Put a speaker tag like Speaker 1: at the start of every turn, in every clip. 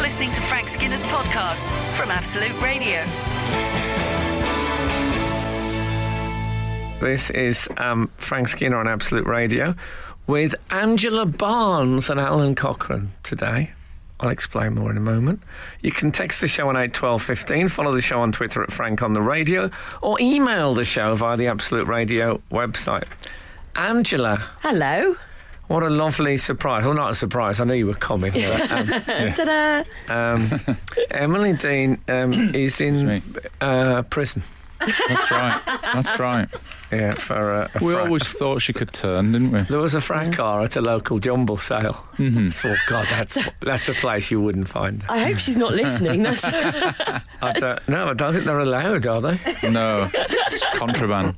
Speaker 1: listening to Frank Skinner's podcast from Absolute Radio.
Speaker 2: This is um, Frank Skinner on Absolute Radio with Angela Barnes and Alan Cochrane today. I'll explain more in a moment. You can text the show on 81215, follow the show on Twitter at Frank on the Radio, or email the show via the Absolute Radio website. Angela,
Speaker 3: Hello.
Speaker 2: what a lovely surprise. Well, not a surprise, I knew you were coming. but, um,
Speaker 3: Ta-da.
Speaker 2: um, Emily Dean um, is in
Speaker 4: Excuse
Speaker 2: uh, prison.
Speaker 4: That's right. That's right.
Speaker 2: Yeah, for a, a
Speaker 4: We
Speaker 2: frack.
Speaker 4: always thought she could turn, didn't we?
Speaker 2: There was a frack car at a local jumble sale.
Speaker 3: Mm-hmm.
Speaker 2: mm Thought, God, that's that's a place you wouldn't find.
Speaker 3: I hope she's not listening. That's
Speaker 2: I don't, no, I don't think they're allowed, are they?
Speaker 4: No, it's contraband.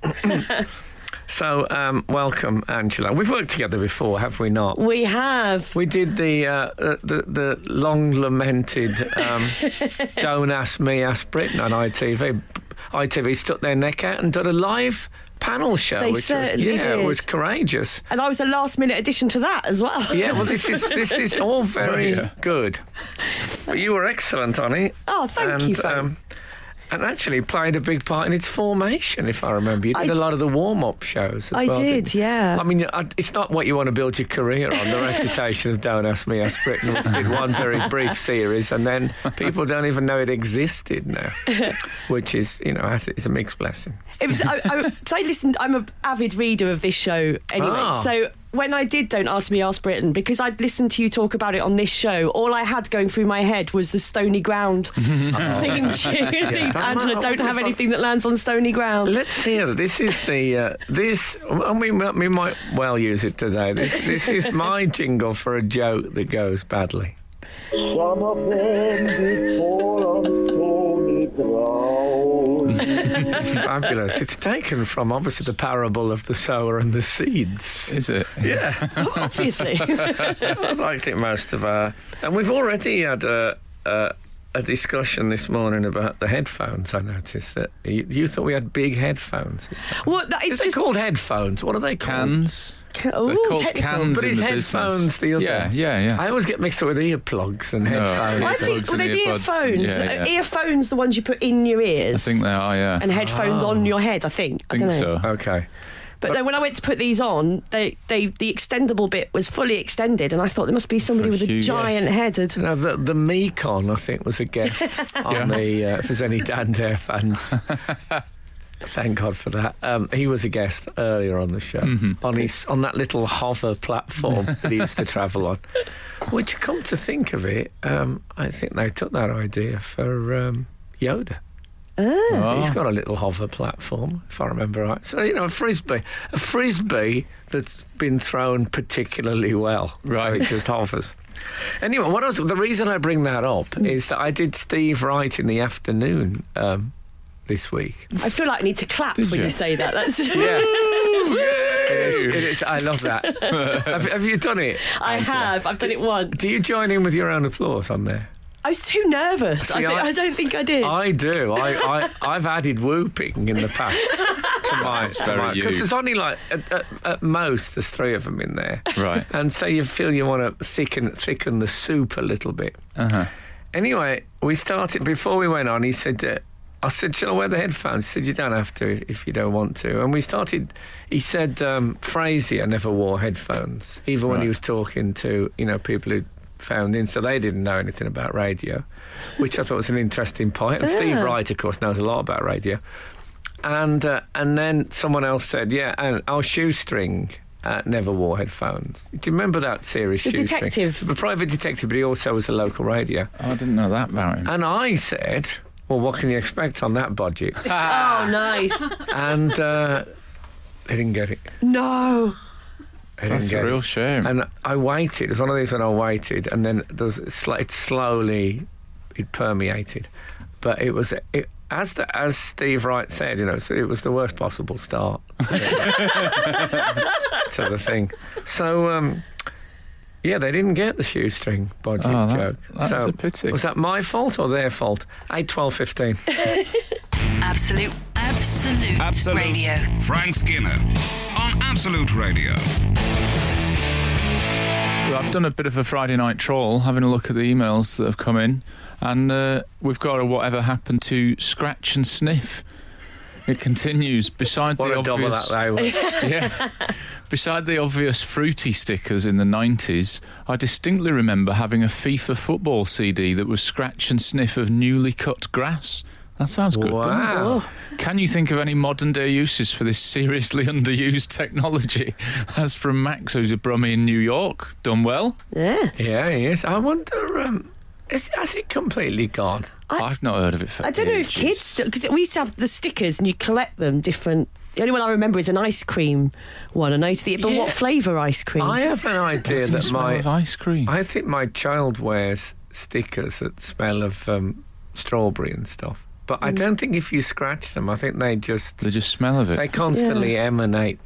Speaker 2: So, um, welcome, Angela. We've worked together before, have we not?
Speaker 3: we have.
Speaker 2: We did the uh, the, the long lamented um, "Don't Ask Me, Ask Britain" on ITV. ITV stuck their neck out and did a live panel show,
Speaker 3: They
Speaker 2: which was,
Speaker 3: certainly
Speaker 2: yeah, it
Speaker 3: did.
Speaker 2: was courageous.
Speaker 3: And I was a last minute addition to that as well.
Speaker 2: Yeah, well, this is this is
Speaker 3: Oh,
Speaker 2: all very
Speaker 4: yeah.
Speaker 2: good. But you were excellent on it.
Speaker 3: Oh, thank
Speaker 2: and,
Speaker 3: you, Frank.
Speaker 2: um, and actually played a big part in its formation, if I remember. You did
Speaker 3: I-
Speaker 2: a lot of the warm-up shows. As
Speaker 3: I
Speaker 2: well,
Speaker 3: did,
Speaker 2: didn't you?
Speaker 3: yeah.
Speaker 2: I mean, I, it's not what you want to build your career on. The reputation of "Don't Ask Me, Ask Britain," which did one very brief series, and then people don't even know it existed now, which is, you know, it's a mixed blessing.
Speaker 3: It was. I, I, so I listened. I'm an avid reader of this show anyway.
Speaker 2: Ah.
Speaker 3: So when I did Don't Ask Me, Ask Britain, because I'd listened to you talk about it on this show, all I had going through my head was the Stony Ground
Speaker 2: Oh.
Speaker 3: theme tune. Angela,
Speaker 2: I
Speaker 3: don't
Speaker 2: wonder
Speaker 3: have
Speaker 2: if I-
Speaker 3: anything that lands on Stony Ground.
Speaker 2: Let's hear. it. This is the uh, this, and we mi- we might well use it today. This this is my jingle for a joke that goes badly.
Speaker 5: Some of them did fall on stony ground.
Speaker 2: It's fabulous. It's taken from obviously the parable of the sower and the seeds.
Speaker 4: Is it?
Speaker 3: Obviously,
Speaker 2: I liked it most of our, and we've already had a. a a discussion this morning about the headphones. I noticed that you, you thought we had big headphones. Is, that,
Speaker 3: what? that- It's
Speaker 2: is it
Speaker 3: just.
Speaker 2: called headphones? What are they called?
Speaker 4: Cans.
Speaker 3: Ooh,
Speaker 4: They're called
Speaker 3: technical.
Speaker 4: cans
Speaker 2: But
Speaker 4: in
Speaker 2: it's
Speaker 4: the
Speaker 2: headphones
Speaker 4: business.
Speaker 2: the other-
Speaker 4: Yeah, yeah, yeah.
Speaker 2: I always get mixed up with earplugs and
Speaker 4: No,
Speaker 2: headphones.
Speaker 3: I
Speaker 4: earplugs
Speaker 3: think well,
Speaker 4: and
Speaker 3: there's
Speaker 4: earbuds
Speaker 3: earphones.
Speaker 4: and- yeah,
Speaker 3: Uh,
Speaker 4: yeah.
Speaker 3: Earphones, the ones you put in your ears.
Speaker 4: I think they are. Yeah.
Speaker 3: and headphones on your head. I think.
Speaker 4: I
Speaker 3: I don't
Speaker 4: think
Speaker 3: know.
Speaker 4: so.
Speaker 2: Okay.
Speaker 3: But then when I went to put these on, they, they the extendable bit was fully extended, and I thought there must be somebody
Speaker 4: For
Speaker 3: with a
Speaker 4: huge-
Speaker 3: giant head. had-
Speaker 2: No, the, the Mekon, I think, was a guest on
Speaker 4: Yeah.
Speaker 2: the. Uh, if there's any Dan Dare fans, thank God for that. Um, he was a guest earlier on the show
Speaker 4: Mm-hmm.
Speaker 2: on his on that little hover platform that he used to travel on. Which, come to think of it, um, I think they took that idea for um, Yoda.
Speaker 4: Oh.
Speaker 2: He's got a little hover platform, if I remember right. So you know, a frisbee, a frisbee that's been thrown particularly well.
Speaker 4: Right.
Speaker 2: so it just hovers. Anyway, what else? The reason I bring that up is that I did Steve Wright in the afternoon um, this week.
Speaker 3: I feel like I need to clap
Speaker 4: Did
Speaker 3: when you?
Speaker 4: you?
Speaker 3: say that. That's
Speaker 2: It is, it is, I love that. have, have you done it?
Speaker 3: I have. I've done it once.
Speaker 2: Do you join in with your own applause on there?
Speaker 3: I was too nervous. I,
Speaker 2: See,
Speaker 3: thi-
Speaker 2: I-
Speaker 3: I don't think I did.
Speaker 4: Oh,
Speaker 2: I do. I, I I've added whooping in the past to my
Speaker 4: That's very you.
Speaker 2: because there's only like at, at, at most there's three of them in there,
Speaker 4: Right.
Speaker 2: And so you feel you want to thicken thicken the soup a little bit.
Speaker 4: Uh-huh.
Speaker 2: Anyway, we started before we went on. He said. Uh, I said, "Shall I wear the headphones?" He said, "You don't have to if you don't want to." And we started. He said, um, "Frazier never wore headphones, even when he
Speaker 4: Right.
Speaker 2: was talking to you know people who found in, so they didn't know anything about radio, which I thought was an interesting point. And Steve Wright, of course, knows a lot about radio. And uh, and then someone else said, "Yeah, and our shoestring." Uh, never wore headphones. Do you remember that series?
Speaker 3: The
Speaker 2: Shoestring?
Speaker 3: detective.
Speaker 2: the private detective, but he also was a local radio.
Speaker 4: Oh, I didn't know that about him.
Speaker 2: And I said, "Well, what can you expect on that budget?"
Speaker 3: oh, nice.
Speaker 2: and uh, they didn't get it.
Speaker 3: no.
Speaker 2: They
Speaker 4: That's
Speaker 2: didn't get
Speaker 4: a real
Speaker 2: it.
Speaker 4: shame.
Speaker 2: And I waited. It was one of these when I waited, and then there was, it sl- it slowly it permeated. But it was it, as the, as Steve Wright said, you know, it's- it was the worst possible start to the thing. So. Um, yeah, they didn't get the shoestring budget
Speaker 4: Oh, that-
Speaker 2: joke.
Speaker 4: that's
Speaker 2: so
Speaker 4: a pity.
Speaker 2: Was that my fault or their fault? 8, 12, 15.
Speaker 1: Absolute, absolute,
Speaker 6: Absolute.
Speaker 1: radio.
Speaker 6: Frank Skinner on Absolute Radio.
Speaker 4: Well, I've done a bit of a Friday night troll, having a look at the emails that have come in, and uh, we've got a whatever happened to scratch and sniff. It continues beside
Speaker 2: What
Speaker 4: the
Speaker 2: a double
Speaker 4: obvious.
Speaker 2: that they were.
Speaker 4: yeah. Beside the obvious fruity stickers in the 90s, I distinctly remember having a FIFA football CD that was scratch and sniff of newly cut grass. That sounds good. Oh. doesn't it?
Speaker 2: Wow.
Speaker 4: Can you think of any modern day uses for this seriously underused technology? That's from Max, who's a brummie in New York. Done well.
Speaker 3: Yeah.
Speaker 2: Yeah, he is. I wonder, um, is, has it completely gone?
Speaker 3: I-
Speaker 4: I've not heard of it for
Speaker 3: I don't know if
Speaker 4: ages.
Speaker 3: kids still because we used to have the stickers and you collect them different. The only one I remember is an ice cream one, and I used to get. But
Speaker 2: Yeah.
Speaker 3: what flavour ice cream?
Speaker 2: I have an idea
Speaker 4: Can you
Speaker 2: that
Speaker 4: smell
Speaker 2: my
Speaker 4: of ice cream.
Speaker 2: I think my child wears stickers that smell of um, strawberry and stuff. But
Speaker 4: Mm.
Speaker 2: I don't think if you scratch them, I think they just
Speaker 4: the just smell of it.
Speaker 2: they constantly emanate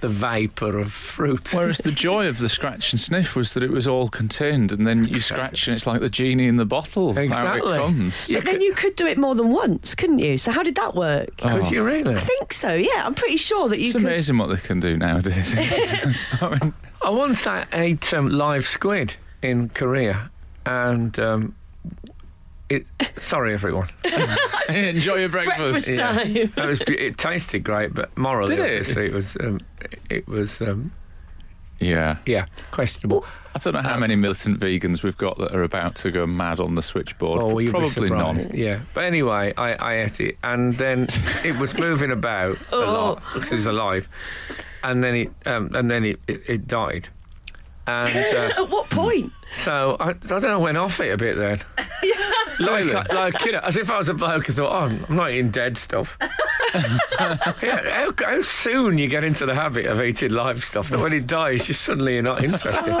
Speaker 2: the vapor of fruit.
Speaker 4: Whereas the joy of the scratch and sniff was that it was all contained, and then you scratch and it's like the genie in the bottle. Out
Speaker 2: Exactly.
Speaker 4: it comes.
Speaker 2: Yeah.
Speaker 3: but then you could do it more than once, couldn't you? So how did that work? I
Speaker 2: Could
Speaker 4: Oh.
Speaker 2: you really?
Speaker 3: think so. Yeah, I'm pretty sure that you
Speaker 4: It's
Speaker 3: could.
Speaker 4: amazing what they can do nowadays. I mean,
Speaker 2: I once I ate um, live squid in Korea, and um, it. Sorry, everyone.
Speaker 4: hey, enjoy your breakfast.
Speaker 3: Breakfast time.
Speaker 2: It was. be- It tasted great, but morally,
Speaker 4: Did it?
Speaker 2: obviously, it was. Um, it was. Um,
Speaker 4: Yeah.
Speaker 2: yeah, questionable.
Speaker 4: I don't know how many militant vegans we've got that are about to go mad on the switchboard.
Speaker 2: Oh, well, you'd be
Speaker 4: Probably
Speaker 2: surprised.
Speaker 4: none.
Speaker 2: Yeah, but anyway, I, I ate it, and then it was moving about a
Speaker 4: Oh.
Speaker 2: lot because it was alive, and then it um, and then it, it, it died, and uh,
Speaker 3: At what point?
Speaker 2: so I, I don't know, I went off it a bit then, like, I- like you know, as if I was a bloke who thought, oh, I'm not eating dead stuff. yeah, how, how soon you get into the habit of eating live stuff that when it dies, you suddenly you're not interested.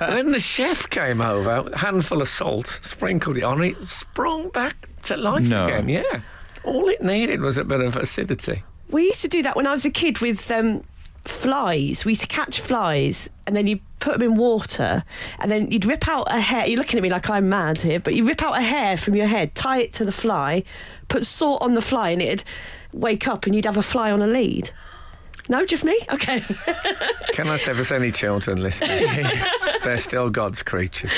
Speaker 2: and then the chef came over, handful of salt, sprinkled it on, it sprung back to life
Speaker 4: No.
Speaker 2: again. Yeah, all it needed was a bit of acidity.
Speaker 3: We used to do that when I was a kid with um, flies. We used to catch flies and then you put them in water and then you'd rip out a hair. You're looking at me like I'm mad here, but you rip out a hair from your head, tie it to the fly, put salt on the fly, and it'd wake up and you'd have a fly on a lead. No, just me? Okay.
Speaker 2: Can I say, if there's any children listening, they're still God's creatures.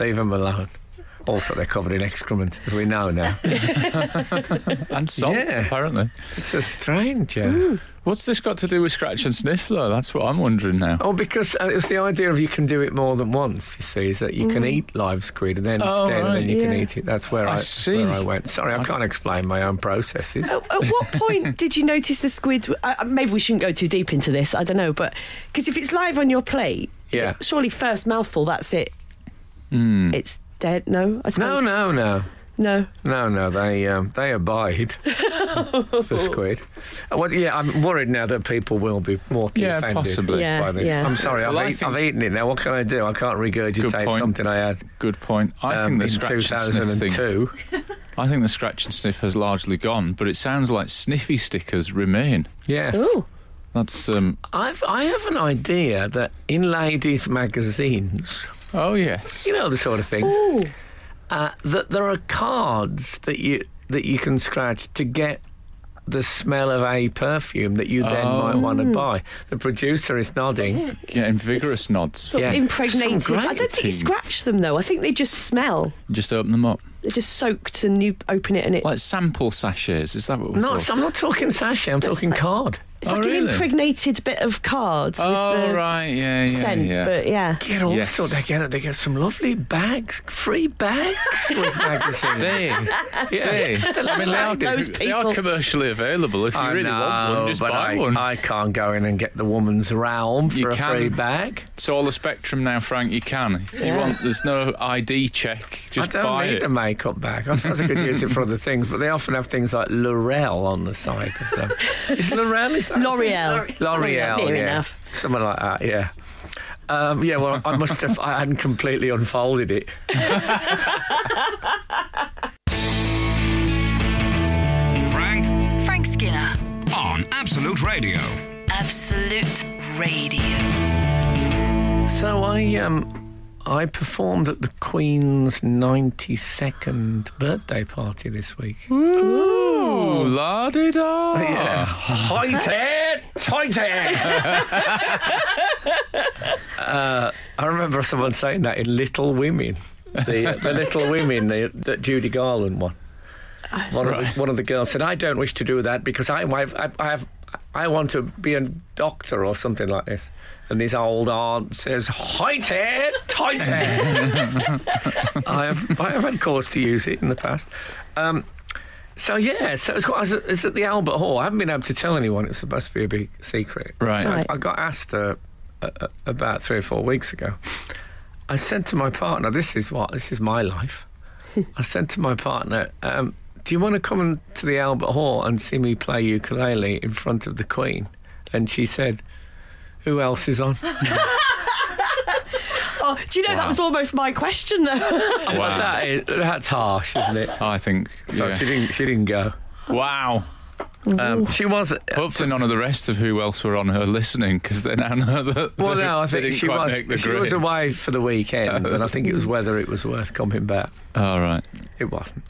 Speaker 2: Leave them alone. Also, they're covered in excrement, as we know now.
Speaker 4: And salt,
Speaker 2: Yeah.
Speaker 4: apparently.
Speaker 2: It's a uh, stranger.
Speaker 4: What's this got to do with scratch and sniff, though? That's what I'm wondering now.
Speaker 2: Oh, because uh, it's the idea of you can do it more than once. You see, is that you can eat live squid and then
Speaker 4: Mm. Oh,
Speaker 2: it's dead,
Speaker 4: right.
Speaker 2: and then you can
Speaker 3: Yeah.
Speaker 2: eat it. That's where
Speaker 4: I
Speaker 2: I, that's where
Speaker 4: see. Oh,
Speaker 2: I went. Sorry, I can't explain my own processes.
Speaker 3: at, at what point did you notice the squid? I, I- maybe we shouldn't go too deep into this. I don't know, but because if it's live on your plate,
Speaker 2: Yeah. Hmm.
Speaker 3: surely first mouthful, that's it. It's dead. No, I
Speaker 2: No,
Speaker 3: suppose.
Speaker 2: no, no,
Speaker 3: no.
Speaker 2: no, no. They um, they abide the squid. Uh, well, yeah, I'm worried now that people will be mortally
Speaker 4: Yeah,
Speaker 2: offended
Speaker 4: possibly.
Speaker 3: Yeah,
Speaker 2: by this.
Speaker 3: yeah.
Speaker 2: I'm sorry,
Speaker 4: Well, I
Speaker 2: I've, eat,
Speaker 4: think-
Speaker 2: I've eaten it now. What can I do? I can't regurgitate
Speaker 4: point.
Speaker 2: something I had
Speaker 4: Good point. I
Speaker 2: um,
Speaker 4: think the
Speaker 2: in
Speaker 4: scratch and sniff thing.
Speaker 2: 2002.
Speaker 4: I think the scratch and sniff has largely gone, but it sounds like sniffy stickers remain.
Speaker 2: Yes.
Speaker 3: Oh,
Speaker 4: That's um.
Speaker 2: I've, I have an idea that in ladies' magazines,
Speaker 4: Oh yes.
Speaker 2: you know the sort of thing. Uh, that there are cards that you that you can scratch to get the smell of a perfume that you then
Speaker 4: Oh.
Speaker 2: might want
Speaker 3: Mm.
Speaker 2: to buy. The producer is nodding.
Speaker 4: Getting vigorous nods.
Speaker 3: sort
Speaker 2: Yeah.
Speaker 3: of impregnated.
Speaker 2: Some
Speaker 3: I don't think you
Speaker 4: gratitude.
Speaker 3: scratch them though. I think they just smell.
Speaker 4: Just open them up.
Speaker 3: They're just soaked, and you open it, and it.
Speaker 4: Like sample sachets. Is that what? we're
Speaker 2: Not, I'm not talking sachet. I'm talking card.
Speaker 3: it's
Speaker 4: oh,
Speaker 3: like an
Speaker 4: really?
Speaker 3: impregnated bit of cards with
Speaker 4: Oh
Speaker 3: the
Speaker 4: right. Yeah. Yeah.
Speaker 3: scent.
Speaker 4: yeah.
Speaker 3: But yeah,
Speaker 2: Get all
Speaker 4: Yes.
Speaker 2: sorts. They get they get some lovely bags, free bags with magazines.
Speaker 4: They, they, I mean, they are,
Speaker 3: Those
Speaker 4: they are
Speaker 3: people.
Speaker 4: commercially available. If you
Speaker 2: I
Speaker 4: really want
Speaker 2: know,
Speaker 4: one, just
Speaker 2: but
Speaker 4: buy
Speaker 2: I,
Speaker 4: one.
Speaker 2: I can't go in and get the woman's realm for
Speaker 4: You
Speaker 2: a
Speaker 4: can.
Speaker 2: free bag.
Speaker 4: It's all the spectrum now, Frank. You can. If you want, there's no ID check. Just
Speaker 2: I don't
Speaker 4: buy
Speaker 2: need
Speaker 4: it.
Speaker 2: a makeup bag. I suppose I could use it for other things, but they often have things like L'Oreal on the side of them. is L'Oreal? Is that
Speaker 3: L'Oreal.
Speaker 2: L'Oreal,
Speaker 3: Near
Speaker 2: yeah.
Speaker 3: enough.
Speaker 2: Something like that, yeah. Um, yeah, well, I must have. I hadn't completely unfolded it.
Speaker 6: Frank
Speaker 1: Frank Skinner,
Speaker 6: on Absolute Radio.
Speaker 1: Absolute Radio.
Speaker 2: So I, um, I performed at the Queen's ninety-second birthday party this week.
Speaker 4: Ooh, la di da.
Speaker 2: Yeah. Tight it! Tight it! uh, I remember someone saying that in Little Women, the, uh, the Little Women the, that Judy Garland one. One, of the, one of the girls said, "I don't wish to do that because I, I, I, I have." I want to be a doctor or something like this. And this old aunt says, Height it, tight it. I, have, I have had cause to use it in the past. Um, so, yeah, so it's, got, it's at the Albert Hall. I haven't been able to tell anyone. It's supposed to be a big secret.
Speaker 4: Right.
Speaker 2: So
Speaker 3: Right.
Speaker 2: I got asked uh, uh, uh, about three or four weeks ago. I said to my partner, "This is what this is my life." I said to my partner, um, "Do you want to come and- to the Albert Hall and see me play ukulele in front of the Queen?" And she said, "Who else is on?"
Speaker 3: Oh, do you know that was almost my question though?
Speaker 4: Wow.
Speaker 2: that is, that's harsh, isn't it?
Speaker 4: I think.
Speaker 2: So
Speaker 4: yeah.
Speaker 2: she didn't. She didn't go.
Speaker 4: Wow.
Speaker 2: Um, she was.
Speaker 4: Hopefully, none of the rest of who else were on her listening because they now know that.
Speaker 2: Well,
Speaker 4: they-
Speaker 2: no, I
Speaker 4: they
Speaker 2: think
Speaker 4: didn't
Speaker 2: she
Speaker 4: quite
Speaker 2: was.
Speaker 4: Make the
Speaker 2: She was
Speaker 4: grade. Oh.
Speaker 2: away for the weekend, and I think it was whether it was worth coming back.
Speaker 4: All right.
Speaker 2: It wasn't.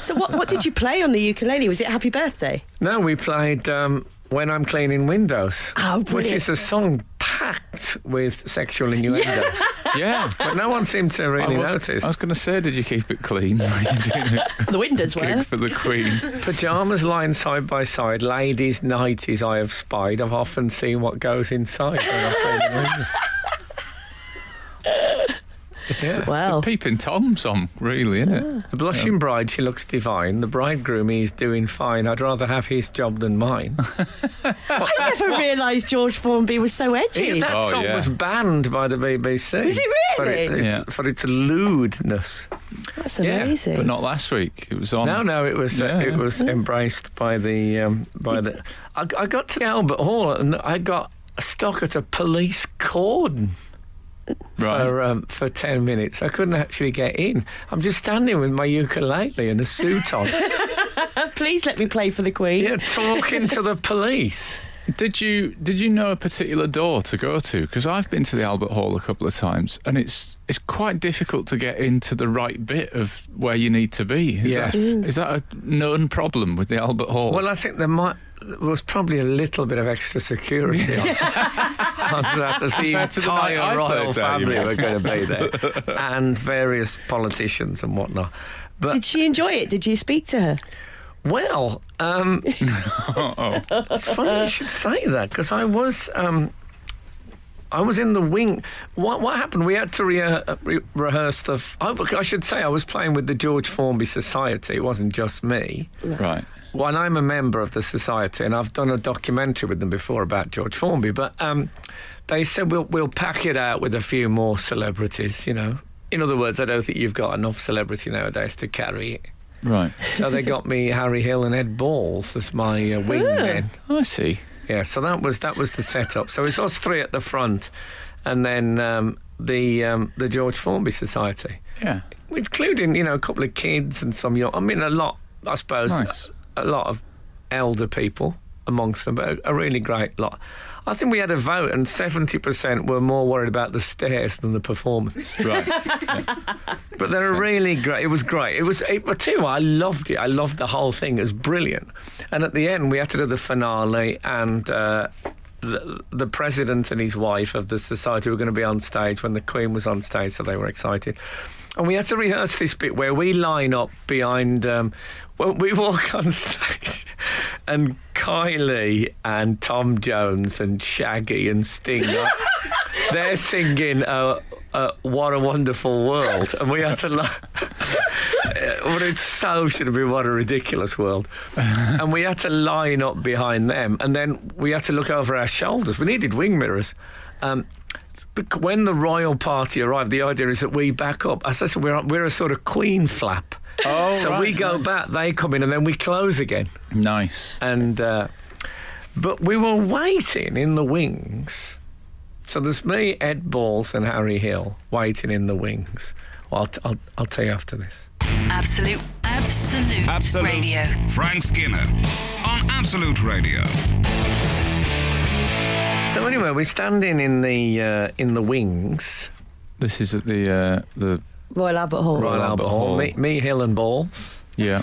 Speaker 3: so what what did you play on the ukulele? Was it Happy Birthday?
Speaker 2: No, we played um, When I'm Cleaning Windows,
Speaker 3: Oh,
Speaker 2: which
Speaker 3: brilliant.
Speaker 2: is a song packed with sexual innuendos.
Speaker 4: Yeah.
Speaker 2: but no one seemed to
Speaker 4: I
Speaker 2: really
Speaker 4: was,
Speaker 2: notice.
Speaker 4: I was going to say, did you keep it clean? Were you doing it
Speaker 3: The windows were.
Speaker 4: for the Queen?
Speaker 2: Pajamas lying side by side, ladies' nighties I have spied. I've often seen what goes inside when I'm cleaning windows.
Speaker 4: It's, a-
Speaker 3: Wow.
Speaker 4: it's a peeping Tom song, really, isn't it?
Speaker 2: The blushing bride, she looks divine. The bridegroom, he's doing fine. I'd rather have his job than mine.
Speaker 3: I never realised George Formby was so edgy.
Speaker 2: that
Speaker 4: Oh,
Speaker 2: song
Speaker 4: yeah.
Speaker 2: was banned by the BBC.
Speaker 3: Is it
Speaker 2: For, it-
Speaker 3: really?
Speaker 2: it's,
Speaker 4: Yeah. Um,
Speaker 2: for its lewdness.
Speaker 3: That's
Speaker 2: yeah,
Speaker 3: amazing.
Speaker 4: But not last week. It was on.
Speaker 2: No, no, it was uh,
Speaker 4: Yeah.
Speaker 2: it was embraced by the um, by the. I, I got to the Albert Hall and I got stuck at a police cordon
Speaker 4: Right.
Speaker 2: for um, for ten minutes. I couldn't actually get in. I'm just standing with my ukulele and a suit on,
Speaker 3: Please let me play for the Queen.
Speaker 2: yeah, talking to the police.
Speaker 4: Did you did you know a particular door to go to? Because I've been to the Albert Hall a couple of times, and it's it's quite difficult to get into the right bit of where you need to be. Is,
Speaker 2: Yes.
Speaker 4: that, is that a known problem with the Albert Hall?
Speaker 2: Well, I think there might. There was probably a little bit of extra security on, on that as the
Speaker 4: Compared to the night
Speaker 2: entire
Speaker 4: I
Speaker 2: royal
Speaker 4: played there, you
Speaker 2: family
Speaker 4: mean.
Speaker 2: were going to be there, and various politicians and whatnot. But
Speaker 3: Did she enjoy it? Did you speak to her?
Speaker 2: Well, um, it's funny you should say that because I was, um, I was in the wing. What, what happened? We had to re- uh, re- rehearse the. F- I, I should say I was playing with the George Formby Society. It wasn't just me.
Speaker 4: right.
Speaker 2: Well, and I'm a member of the society, and I've done a documentary with them before about George Formby. But um, they said we'll we'll pack it out with a few more celebrities. You know, in other words, I don't think you've got enough celebrity nowadays to carry it.
Speaker 4: Right.
Speaker 2: So they got me Harry Hill and Ed Balls as my uh, wingmen.
Speaker 4: I see.
Speaker 2: Yeah, so that was that was the setup. So it's us three at the front, and then um, the um, the George Formby Society,
Speaker 4: Yeah.
Speaker 2: including you know a couple of kids and some young. I mean, a lot, I suppose,
Speaker 4: Nice.
Speaker 2: a, lot of elder people amongst them, but a, a really great lot. I think we had a vote, and seventy percent were more worried about the stairs than the performance.
Speaker 4: Right.
Speaker 2: But they're really great. It was great. It was, it, but too, I loved it. I loved the whole thing. It was brilliant. And at the end, we had to do the finale, and uh, the, the president and his wife of the society were going to be on stage when the Queen was on stage, so they were excited. And we had to rehearse this bit where we line up behind, um, well, we walk on stage, and Kylie and Tom Jones and Shaggy and Sting. are- they're singing uh, uh, "What a Wonderful World," and we had to laugh. Well, it so should have been what a ridiculous world, and we had to line up behind them, and then we had to look over our shoulders. We needed wing mirrors. Um, bec- when the royal party arrived, the idea is that we back up. As I said, we're, we're a sort of queen flap.
Speaker 4: Oh,
Speaker 2: so
Speaker 4: right,
Speaker 2: we go
Speaker 4: nice.
Speaker 2: back, they come in, and then we close again
Speaker 4: nice.
Speaker 2: and uh, but we were waiting in the wings. So there's me, Ed Balls, and Harry Hill waiting in the wings. Well, I'll, t- I'll, I'll tell you after this.
Speaker 1: Absolute, absolute,
Speaker 6: Absolute.
Speaker 1: radio.
Speaker 6: Frank Skinner on Absolute Radio.
Speaker 2: So anyway, we're standing in the uh, in the wings,
Speaker 4: This is at the uh, the
Speaker 3: Royal Albert Hall.
Speaker 2: Royal Albert Hall. Me, me, Hill, and Balls.
Speaker 4: yeah.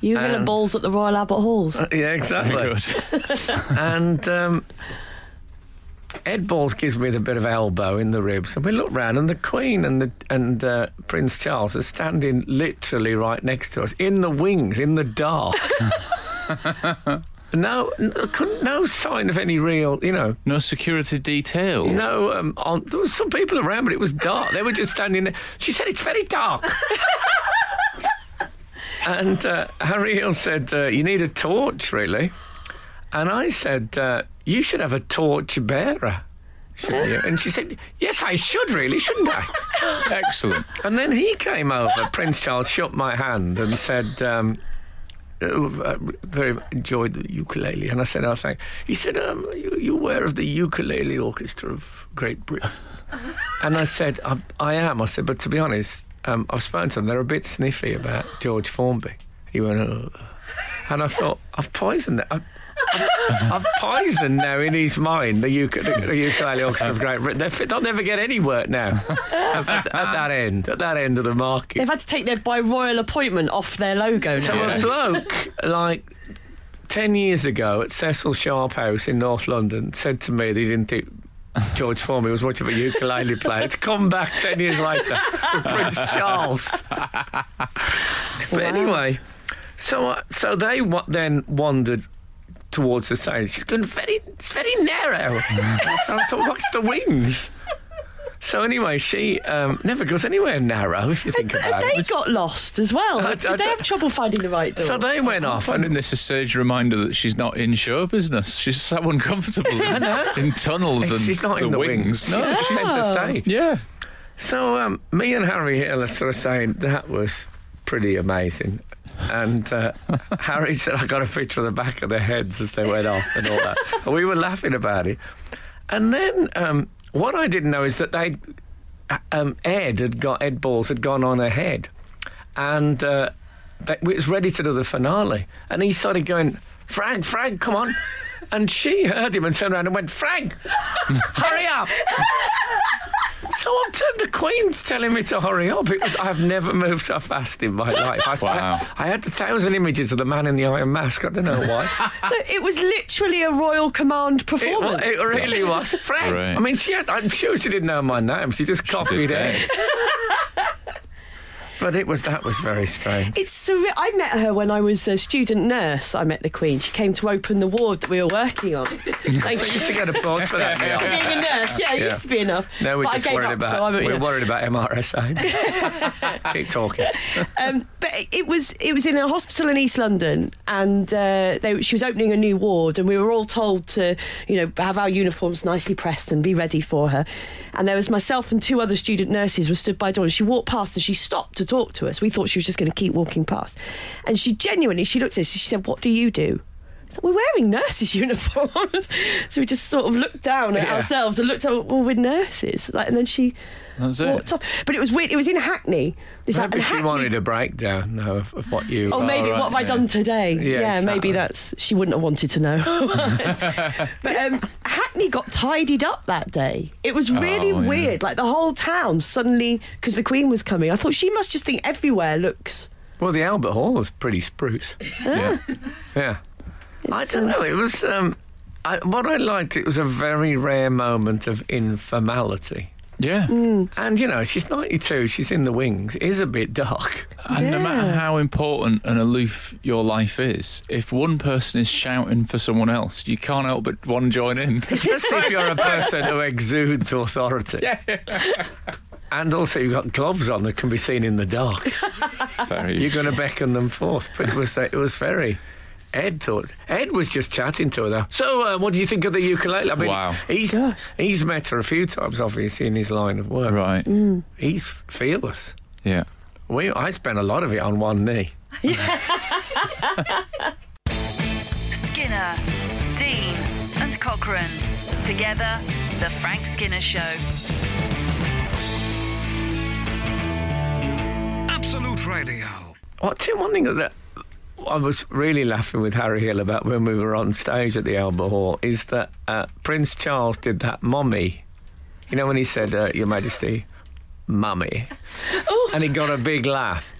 Speaker 3: You and
Speaker 2: Um, uh,
Speaker 3: balls at the Royal Albert Halls.
Speaker 2: Yeah, exactly.
Speaker 4: Very good.
Speaker 2: and um, Ed Balls gives me the bit of elbow in the ribs, and we look round, and the Queen and the and uh, Prince Charles are standing literally right next to us in the wings, in the dark. no, n- couldn't- no sign of any real, you know,
Speaker 4: No security detail.
Speaker 2: no. Um, on, there was some people around, but it was dark. They were just standing. there. She said it's very dark. and uh, Harry Hill said, uh, "You need a torch, really." And I said, uh, "You should have a torch bearer." shouldn't you?" And she said, "Yes, I should really, shouldn't I?"
Speaker 4: Excellent.
Speaker 2: And then he came over. Prince Charles shook my hand and said, um, "Oh, I very much enjoyed the ukulele. And I said, oh, thank He said, um, are you, you aware of the Ukulele Orchestra of Great Britain? and I said, I, I am. I said, but to be honest, um, I've spoken to them. They're a bit sniffy about George Formby. He went, oh. And I thought, I've poisoned it. I've, I've, I've poisoned now in his mind the, uk- the, the ukulele orchestra of Great Britain. They're, fit- they'll never get any work now at, at that end, at that end of the market.
Speaker 3: They've had to take their by royal appointment off their logo
Speaker 2: So
Speaker 3: now.
Speaker 2: a bloke like ten years ago at Cecil Sharp House in North London said to me that he didn't think George Formby was much of a ukulele player. It's come back ten years later with Prince Charles. but anyway, so uh, so they wa- then wandered towards the stage. She's going very, it's very narrow. so I thought, what's the wings? So anyway, she um, never goes anywhere narrow if you think about
Speaker 3: They
Speaker 2: it.
Speaker 3: got lost as well.
Speaker 2: I-
Speaker 3: Did
Speaker 2: I-
Speaker 3: they have trouble finding the right door?
Speaker 2: So they went off and
Speaker 4: Finding this a sage reminder that she's not in show business. She's so uncomfortable in, in tunnels and
Speaker 2: She's not
Speaker 4: the
Speaker 2: in the wings.
Speaker 4: wings. No,
Speaker 2: she's
Speaker 4: she's-
Speaker 2: centre stage.
Speaker 4: yeah.
Speaker 2: So um, me and Harry Hill are sort of saying that was pretty amazing. And uh, Harry said, I got a picture of the back of their heads as they went off and all that. and we were laughing about it. And then um, what I didn't know is that they, um, Ed had got, Ed Balls had gone on ahead. And uh, they, it was ready to do the finale. And he started going, Frank, Frank, come on. And she heard him and turned around and went, Frank, hurry up. So I'm telling the Queen's telling me to hurry up. It was, I've never moved so fast in my life. I,
Speaker 4: Wow.
Speaker 2: I, I had a thousand images of the man in the iron mask. I don't know why.
Speaker 3: So it was literally a royal command
Speaker 2: it, wa-
Speaker 3: performance.
Speaker 2: it really was. Frank.
Speaker 4: Right.
Speaker 2: I mean, she had, I'm sure she didn't know my name. She just copied it. But it was that was very strange.
Speaker 3: It's surreal. I met her when I was a student nurse. I met the Queen. She came to open the ward that we were working on. Thank
Speaker 2: I
Speaker 3: you.
Speaker 2: used to get applause for that.
Speaker 3: For
Speaker 2: Neil.
Speaker 3: Being a nurse, yeah, it
Speaker 2: Yeah.
Speaker 3: used to be enough.
Speaker 2: No, we're
Speaker 3: but
Speaker 2: just
Speaker 3: I gave
Speaker 2: worried
Speaker 3: up,
Speaker 2: about
Speaker 3: so I'm,
Speaker 2: we're
Speaker 3: yeah.
Speaker 2: worried about MRSA. Keep talking.
Speaker 3: um, but it- it was it was in a hospital in East London, and uh, they, she was opening a new ward, and we were all told to you know have our uniforms nicely pressed and be ready for her. And there was myself and two other student nurses were stood by a door. And she walked past and she stopped to talk to us. We thought she was just going to keep walking past, and she genuinely she looked at us. She said, "What do you do?" I said, We're wearing nurses' uniforms, so we just sort of looked down at
Speaker 2: Yeah.
Speaker 3: ourselves and looked at well, we're nurses, like, and then she
Speaker 4: That's it.
Speaker 3: walked off. But it was weird. It was in Hackney. It's like-
Speaker 2: Maybe
Speaker 3: and
Speaker 2: she
Speaker 3: Hackney-
Speaker 2: wanted a breakdown, though, of, of what you.
Speaker 3: Oh,
Speaker 4: Oh,
Speaker 3: maybe
Speaker 4: right,
Speaker 3: what have I
Speaker 4: yeah.
Speaker 3: done today?
Speaker 2: Yeah,
Speaker 3: maybe
Speaker 2: exactly.
Speaker 3: that's she wouldn't have wanted to know. but um, Hackney got tidied up that day. It was really
Speaker 2: Oh,
Speaker 4: yeah.
Speaker 3: weird. Like the whole town suddenly, because the Queen was coming. I thought she must just think everywhere looks.
Speaker 2: Well, the Albert Hall was pretty spruce.
Speaker 4: yeah.
Speaker 2: Yeah. I
Speaker 3: It's,
Speaker 2: don't
Speaker 3: um,
Speaker 2: know. It was um, I, what I liked. It was a very rare moment of informality.
Speaker 4: Yeah.
Speaker 2: And you know, she's 92. She's in the wings. It is a bit dark.
Speaker 4: And no matter
Speaker 3: Yeah.
Speaker 4: how important and aloof your life is, if one person is shouting for someone else, you can't help but one join in.
Speaker 2: Especially if you're a person who exudes authority. Yeah. And also, you've got gloves on that can be seen in the dark.
Speaker 4: Very
Speaker 2: You're going to beckon them forth. But it was, it was very. Ed thought. Ed was just chatting to her though. So, uh, what do you think of the ukulele? I mean,
Speaker 4: Wow.
Speaker 2: he's he's met her a few times, obviously, in his line of work.
Speaker 4: right.
Speaker 2: He's fearless.
Speaker 4: Yeah.
Speaker 2: We, I spent a lot of it on one knee.
Speaker 1: Skinner, Dean, and Cochrane. Together, The Frank Skinner Show.
Speaker 6: Absolute Radio.
Speaker 2: What Tim, one thing that I was really laughing with Harry Hill about when we were on stage at the Albert Hall is that uh, Prince Charles did that mummy. You know when he said, uh, "Your Majesty, mummy," and he got a big laugh.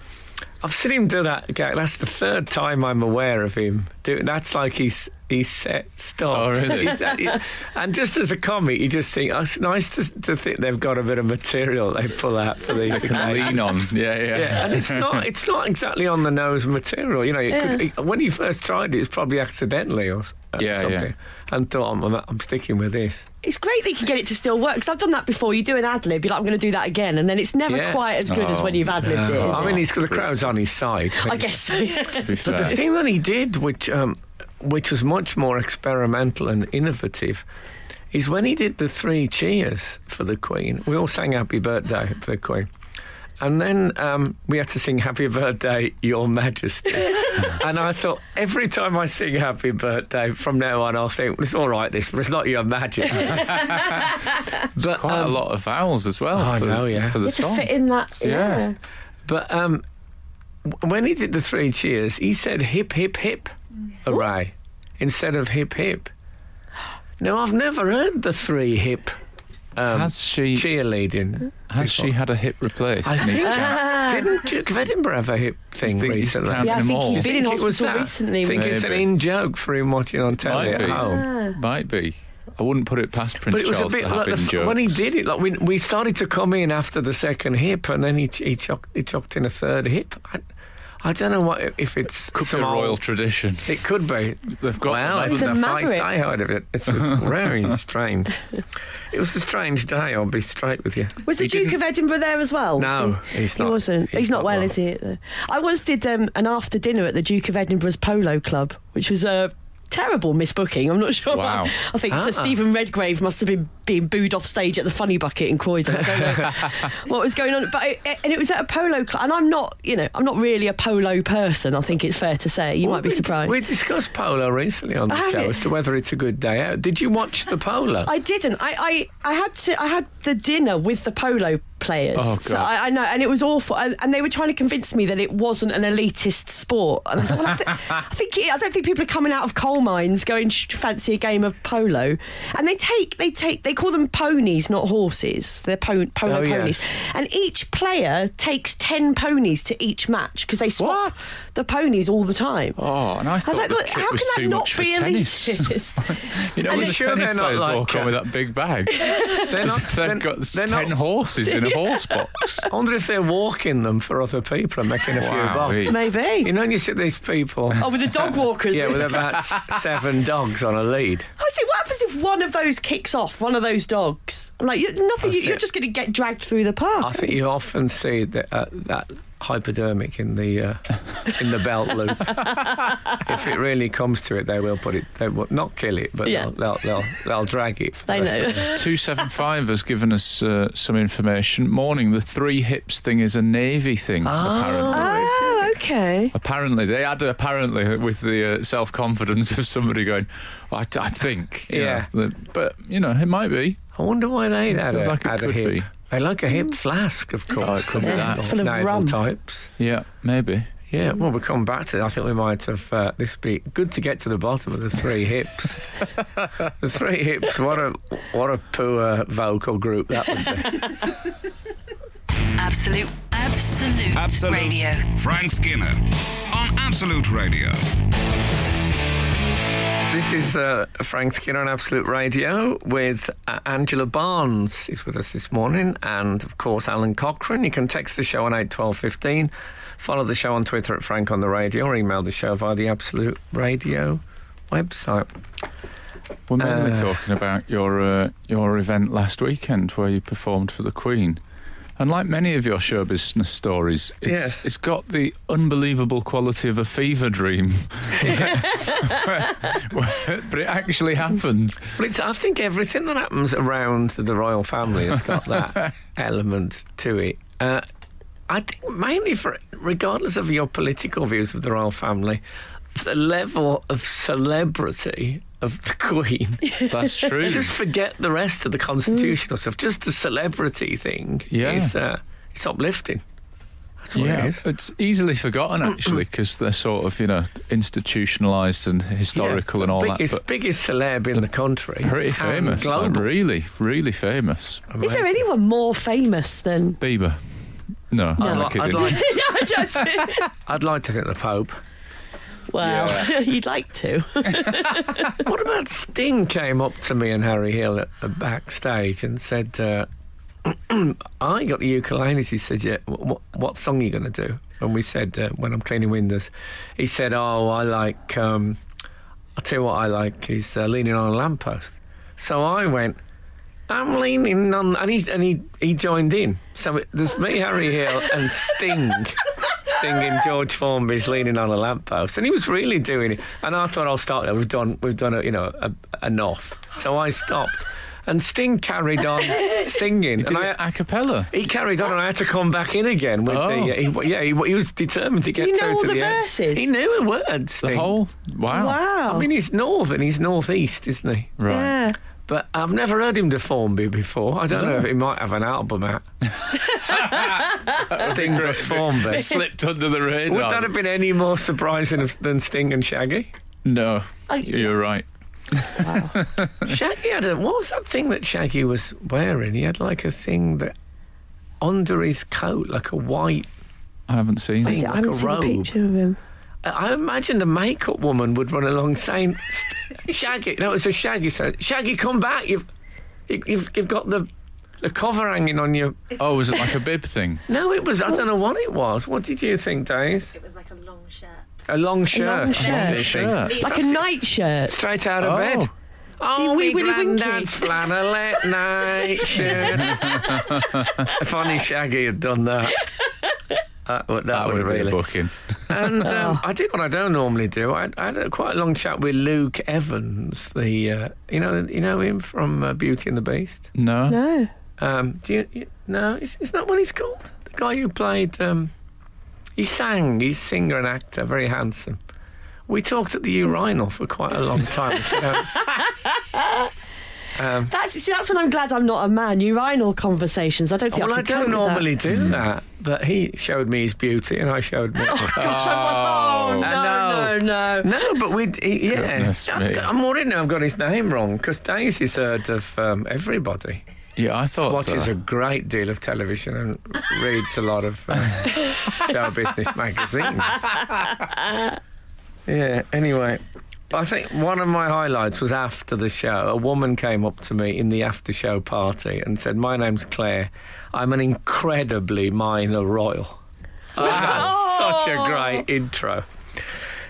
Speaker 2: I've seen him do that. again. That's the third time I'm aware of him do that's like he's he's set stop.
Speaker 4: Oh, really?
Speaker 2: He's- he- and just as a comic, you just think oh, it's nice to, to think they've got a bit of material they pull out for these.
Speaker 4: Can
Speaker 2: occasions.
Speaker 4: lean on. Yeah, yeah.
Speaker 2: Yeah, and it's not it's not exactly on the nose material. You know, it could, when he first tried it, it's probably accidentally or s- uh,
Speaker 4: Yeah, yeah.
Speaker 2: something, and thought I'm, I'm, I'm sticking with this.
Speaker 3: It's great that you can get it to still work because I've done that before. You do an ad lib, you're like, I'm going to do that again, and then it's never
Speaker 2: Yeah.
Speaker 3: quite as good as
Speaker 4: Oh,
Speaker 3: when you've ad libbed it. is
Speaker 2: I
Speaker 3: it?
Speaker 2: mean, he's the crowd's on his side.
Speaker 3: I guess so. yeah.
Speaker 4: to be
Speaker 2: But
Speaker 4: fair.
Speaker 2: the thing that he did, which um, which was much more experimental and innovative, is when he did the three cheers for the Queen. We all sang Happy Birthday for the Queen. And then um, we had to sing Happy Birthday, Your Majesty. and I thought, every time I sing Happy Birthday from now on, I'll think, it's all right, this, but it's not Your Majesty. but,
Speaker 4: Quite a
Speaker 2: um,
Speaker 4: lot of vowels as well.
Speaker 2: I
Speaker 4: for,
Speaker 2: know, yeah.
Speaker 4: For the
Speaker 3: You have to
Speaker 4: song.
Speaker 3: fit in that. Yeah.
Speaker 4: Yeah.
Speaker 2: But um, w- when he did the three cheers, he said hip, hip, hip
Speaker 3: Mm.
Speaker 2: array instead of hip, hip. Now, I've never heard the three hip um,
Speaker 4: Has she
Speaker 2: cheerleading.
Speaker 4: has she had a hip replaced?
Speaker 2: I
Speaker 4: And he's
Speaker 2: think didn't Duke of Edinburgh have a hip thing
Speaker 4: think he's
Speaker 2: recently?
Speaker 4: counting
Speaker 3: Yeah, I
Speaker 4: them
Speaker 3: think
Speaker 4: all.
Speaker 3: he's been in
Speaker 2: Think it was
Speaker 3: hospital
Speaker 2: that?
Speaker 3: recently.
Speaker 2: Think it's an
Speaker 4: Maybe.
Speaker 2: in joke for him watching on telly at
Speaker 4: Might be.
Speaker 2: home.
Speaker 4: Might be. I wouldn't put it past Prince
Speaker 2: But it was
Speaker 4: Charles
Speaker 2: a bit
Speaker 4: to have
Speaker 2: like the,
Speaker 4: in
Speaker 2: f-
Speaker 4: jokes.
Speaker 2: when he did it. Like we, we started to come in after the second hip, and then he ch- he chucked, he chucked in a third hip. I, I don't know what if it's
Speaker 4: Could be
Speaker 2: some
Speaker 4: a royal
Speaker 2: old-
Speaker 4: tradition.
Speaker 2: It could be.
Speaker 4: They've got
Speaker 2: well, it
Speaker 4: that.
Speaker 2: was
Speaker 3: It's a
Speaker 2: the first
Speaker 3: maverick.
Speaker 2: I heard of it. It's very strange. It was a strange day. I'll be straight with you.
Speaker 3: Was the
Speaker 4: He
Speaker 3: Duke
Speaker 4: didn't-
Speaker 3: of Edinburgh there as well?
Speaker 2: No, he's
Speaker 3: He
Speaker 2: not.
Speaker 3: wasn't. He's, not, well,
Speaker 2: well.
Speaker 3: is he? though? I once did um, an after dinner at the Duke of Edinburgh's Polo Club, which was a terrible misbooking. I'm not sure.
Speaker 4: Wow.
Speaker 3: why. I think
Speaker 2: Ah.
Speaker 3: Sir Stephen Redgrave must have been being booed off stage at the Funny Bucket in Croydon. I don't know what was going on, but it, it- and it was at a polo club. And I'm not, you know, I'm not really a polo person. I think it's fair to say. You
Speaker 2: Well,
Speaker 3: might be
Speaker 2: we-
Speaker 3: surprised.
Speaker 2: We discussed polo recently on the
Speaker 3: Have
Speaker 2: show
Speaker 3: you?
Speaker 2: as to whether it's a good day out. Did you watch the polo?
Speaker 3: I didn't. I, I, I had to. I had the dinner with the polo players.
Speaker 4: Oh,
Speaker 3: So
Speaker 4: God.
Speaker 3: I, I know, and it was awful. And, and they were trying to convince me that it wasn't an elitist sport. And I, was like, well, I, th- I think it- I don't think people are coming out of coal mines going "Sh- fancy a game of polo. And they take they take they call them ponies, not horses. They're pon- polo
Speaker 2: Oh, yes.
Speaker 3: ponies. And each player takes ten ponies to each match because they swap
Speaker 4: What?
Speaker 3: the ponies all the time.
Speaker 4: Oh, and I
Speaker 3: I was
Speaker 4: thought
Speaker 3: like,
Speaker 4: the
Speaker 3: look,
Speaker 4: kit
Speaker 3: how
Speaker 4: was
Speaker 3: can
Speaker 4: too
Speaker 3: that not
Speaker 4: much for
Speaker 3: be
Speaker 4: tennis.
Speaker 3: elitist?
Speaker 4: You know,
Speaker 2: And you
Speaker 4: when the
Speaker 2: sure
Speaker 4: tennis
Speaker 2: they're not
Speaker 4: players walk
Speaker 2: like,
Speaker 4: on
Speaker 2: uh,
Speaker 4: with that big bag,
Speaker 2: they're not.
Speaker 4: they've got
Speaker 2: they're
Speaker 4: ten
Speaker 2: not-
Speaker 4: horses in a horse box.
Speaker 2: I wonder if they're walking them for other people and making a few bucks.
Speaker 4: Wowee.
Speaker 3: Maybe.
Speaker 2: You know, when you see these people.
Speaker 3: Oh, with the dog walkers.
Speaker 2: Yeah, with about s- seven dogs on a lead.
Speaker 3: I say, what happens if one of those kicks off, one of those dogs? I'm like, you're, nothing. You,
Speaker 2: That's
Speaker 3: you're
Speaker 2: it.
Speaker 3: just going to get dragged through the park.
Speaker 2: I think you often see that, uh, that hypodermic in the uh, in the belt loop. if it really comes to it, they will put it. They will not kill it, but
Speaker 3: Yeah.
Speaker 2: they'll, they'll they'll they'll drag it. For
Speaker 3: They
Speaker 2: the rest of
Speaker 3: know.
Speaker 2: the-
Speaker 4: 275 has given us uh, some information. Morning, the three hips thing is a Navy thing,
Speaker 2: Ah.
Speaker 4: apparently.
Speaker 3: Oh,
Speaker 2: uh,
Speaker 3: okay.
Speaker 4: Apparently, they had apparently with the uh, self confidence of somebody going, I, I think. you
Speaker 2: Yeah.
Speaker 4: know, that- but, you know, it might be.
Speaker 2: I wonder why they had
Speaker 4: Feels
Speaker 2: a,
Speaker 4: like it
Speaker 2: had a
Speaker 4: could
Speaker 2: hip.
Speaker 4: be.
Speaker 2: They like a hip flask,
Speaker 3: Oh,
Speaker 2: of course.
Speaker 4: it could be
Speaker 2: the
Speaker 4: that.
Speaker 2: naval-
Speaker 3: Full of
Speaker 2: naval
Speaker 3: rum.
Speaker 2: types.
Speaker 4: Yeah, maybe.
Speaker 2: Yeah. Well, we come back to. That. I think we might have. Uh, this would be good to get to the bottom of the three hips. the three hips. What a what a poor vocal group that would be.
Speaker 1: Absolute, absolute,
Speaker 6: Absolute.
Speaker 1: radio.
Speaker 6: Frank Skinner on Absolute Radio.
Speaker 2: This is uh, Frank Skinner on Absolute Radio with uh, Angela Barnes is with us this morning, and of course Alan Cochrane. You can text the show on eight twelve fifteen. Follow the show on Twitter at Frank on the Radio, or email the show via the Absolute Radio website.
Speaker 4: We're mainly
Speaker 2: Uh,
Speaker 4: talking about your uh, your event last weekend where you performed for the Queen. And like many of your show business stories, it's,
Speaker 2: Yes.
Speaker 4: it's got the unbelievable quality of a fever dream. but it actually happens.
Speaker 2: But it's, I think everything that happens around the royal family has got that element to it. Uh, I think mainly for, regardless of your political views of the royal family, the level of celebrity of the Queen.
Speaker 4: That's true.
Speaker 2: Just forget the rest of the constitutional stuff. Just the celebrity thing
Speaker 4: Yeah.
Speaker 2: is uh, it's uplifting. That's what
Speaker 4: yeah,
Speaker 2: it is.
Speaker 4: it's easily forgotten actually because they're sort of you know institutionalised and historical
Speaker 2: Yeah,
Speaker 4: and all
Speaker 2: the
Speaker 4: that.
Speaker 2: biggest,
Speaker 4: But
Speaker 2: biggest celeb in the country.
Speaker 4: pretty
Speaker 2: and
Speaker 4: famous, like,
Speaker 2: Global.
Speaker 4: really, really famous.
Speaker 3: Is there anyone more famous than?
Speaker 4: Bieber. No,
Speaker 2: I'd,
Speaker 4: I'm
Speaker 2: li-
Speaker 4: kidding.
Speaker 2: I'd, like,
Speaker 3: No, I don't think-
Speaker 2: I'd like to think the Pope.
Speaker 3: Well,
Speaker 4: Yeah.
Speaker 3: you'd like to.
Speaker 2: What about Sting came up to me and Harry Hill at the backstage and said, uh, I got the ukulele. He said, yeah, what, what song are you going to do? And we said, uh, when I'm cleaning windows, he said, oh, I like, um, I'll tell you what I like, he's uh, leaning on a lamppost. So I went, I'm leaning on, and he, and he, he joined in. So it, there's me, Harry Hill, and Sting singing George Formby's leaning on a lamppost, and he was really doing it. And I thought I'll start. We've done, we've done, a, you know, a, enough. So I stopped, and Sting carried on singing,
Speaker 4: Did
Speaker 2: and I,
Speaker 4: it a cappella?
Speaker 2: he carried on, and I had to come back in again. With
Speaker 4: Oh.
Speaker 2: the, yeah, he, yeah he, he was determined to get
Speaker 3: you know
Speaker 2: through
Speaker 3: all
Speaker 2: to
Speaker 3: the
Speaker 2: the end.
Speaker 3: verses?
Speaker 2: He knew the words.
Speaker 4: The
Speaker 2: Sting.
Speaker 4: whole? Wow.
Speaker 3: wow.
Speaker 2: I mean, he's northern, he's northeast, isn't he?
Speaker 4: Right.
Speaker 3: yeah.
Speaker 2: But I've never heard him to Formby before. I don't know if he might have an album out. Sting does Formby.
Speaker 4: Slipped under the radar.
Speaker 2: Would that have been any more surprising of- than Sting and Shaggy?
Speaker 4: No,
Speaker 2: Oh,
Speaker 3: I-
Speaker 4: you're right.
Speaker 2: Shaggy had a. What was that thing that Shaggy was wearing? He had like a thing that under his coat, like a white.
Speaker 4: I haven't seen
Speaker 2: Thank-
Speaker 4: it.
Speaker 2: Like
Speaker 3: I haven't
Speaker 2: a
Speaker 3: seen
Speaker 2: robe.
Speaker 3: a picture of him.
Speaker 2: I- I imagine the makeup woman would run along saying, "St- "Shaggy, no, it's a Shaggy." So Shaggy, come back! You've you- you've you've got the the cover hanging on your.
Speaker 4: Oh, was it like a bib thing?
Speaker 2: No, it was. I don't know what it was. What did you think, Dave?
Speaker 7: It was like a long shirt.
Speaker 2: A long shirt.
Speaker 3: long shirt.
Speaker 2: Lovely thing.
Speaker 4: Sure.
Speaker 3: Like a nightshirt.
Speaker 2: Straight out of
Speaker 4: Oh.
Speaker 2: bed.
Speaker 3: Gee,
Speaker 2: Oh,
Speaker 3: wee
Speaker 2: we
Speaker 3: Willy Winky.
Speaker 2: granddad's flannelette night shirt. if only Shaggy had done that. That would, that
Speaker 4: That
Speaker 2: would
Speaker 4: would have been a
Speaker 2: really.
Speaker 4: booking.
Speaker 2: And um, I did what I don't normally do. I, I had a quite a long chat with Luke Evans, the uh, you know you know him from uh, Beauty and the Beast.
Speaker 4: No.
Speaker 3: No.
Speaker 2: Um, do you, you no? Is, is that what he's called? The guy who played. Um, he sang. He's a singer and actor. Very handsome. We talked at the urinal for quite a long time. so- uh,
Speaker 3: That's see, that's when I'm glad I'm not a man. Urinal conversations. I don't think
Speaker 2: well,
Speaker 3: I,
Speaker 2: I
Speaker 3: could
Speaker 2: don't
Speaker 3: cope with
Speaker 2: normally
Speaker 4: Mm.
Speaker 2: do that, but he showed me his beauty, and I showed me.
Speaker 4: Oh.
Speaker 3: That. Gosh, I'm like,
Speaker 2: I
Speaker 3: oh, no, no, no.
Speaker 2: No, but we, he, yeah.
Speaker 4: Goodness
Speaker 2: I've,
Speaker 4: me.
Speaker 2: got- I'm worried now I've got his name wrong because Daisy's heard of um, everybody.
Speaker 4: Yeah, I thought
Speaker 2: Watches
Speaker 4: so.
Speaker 2: a great deal of television and reads a lot of um, show business magazines. yeah, anyway. I think one of my highlights was after the show. A woman came up to me in the after show party and said, My name's Claire. I'm an incredibly minor royal. Wow. Such a great intro.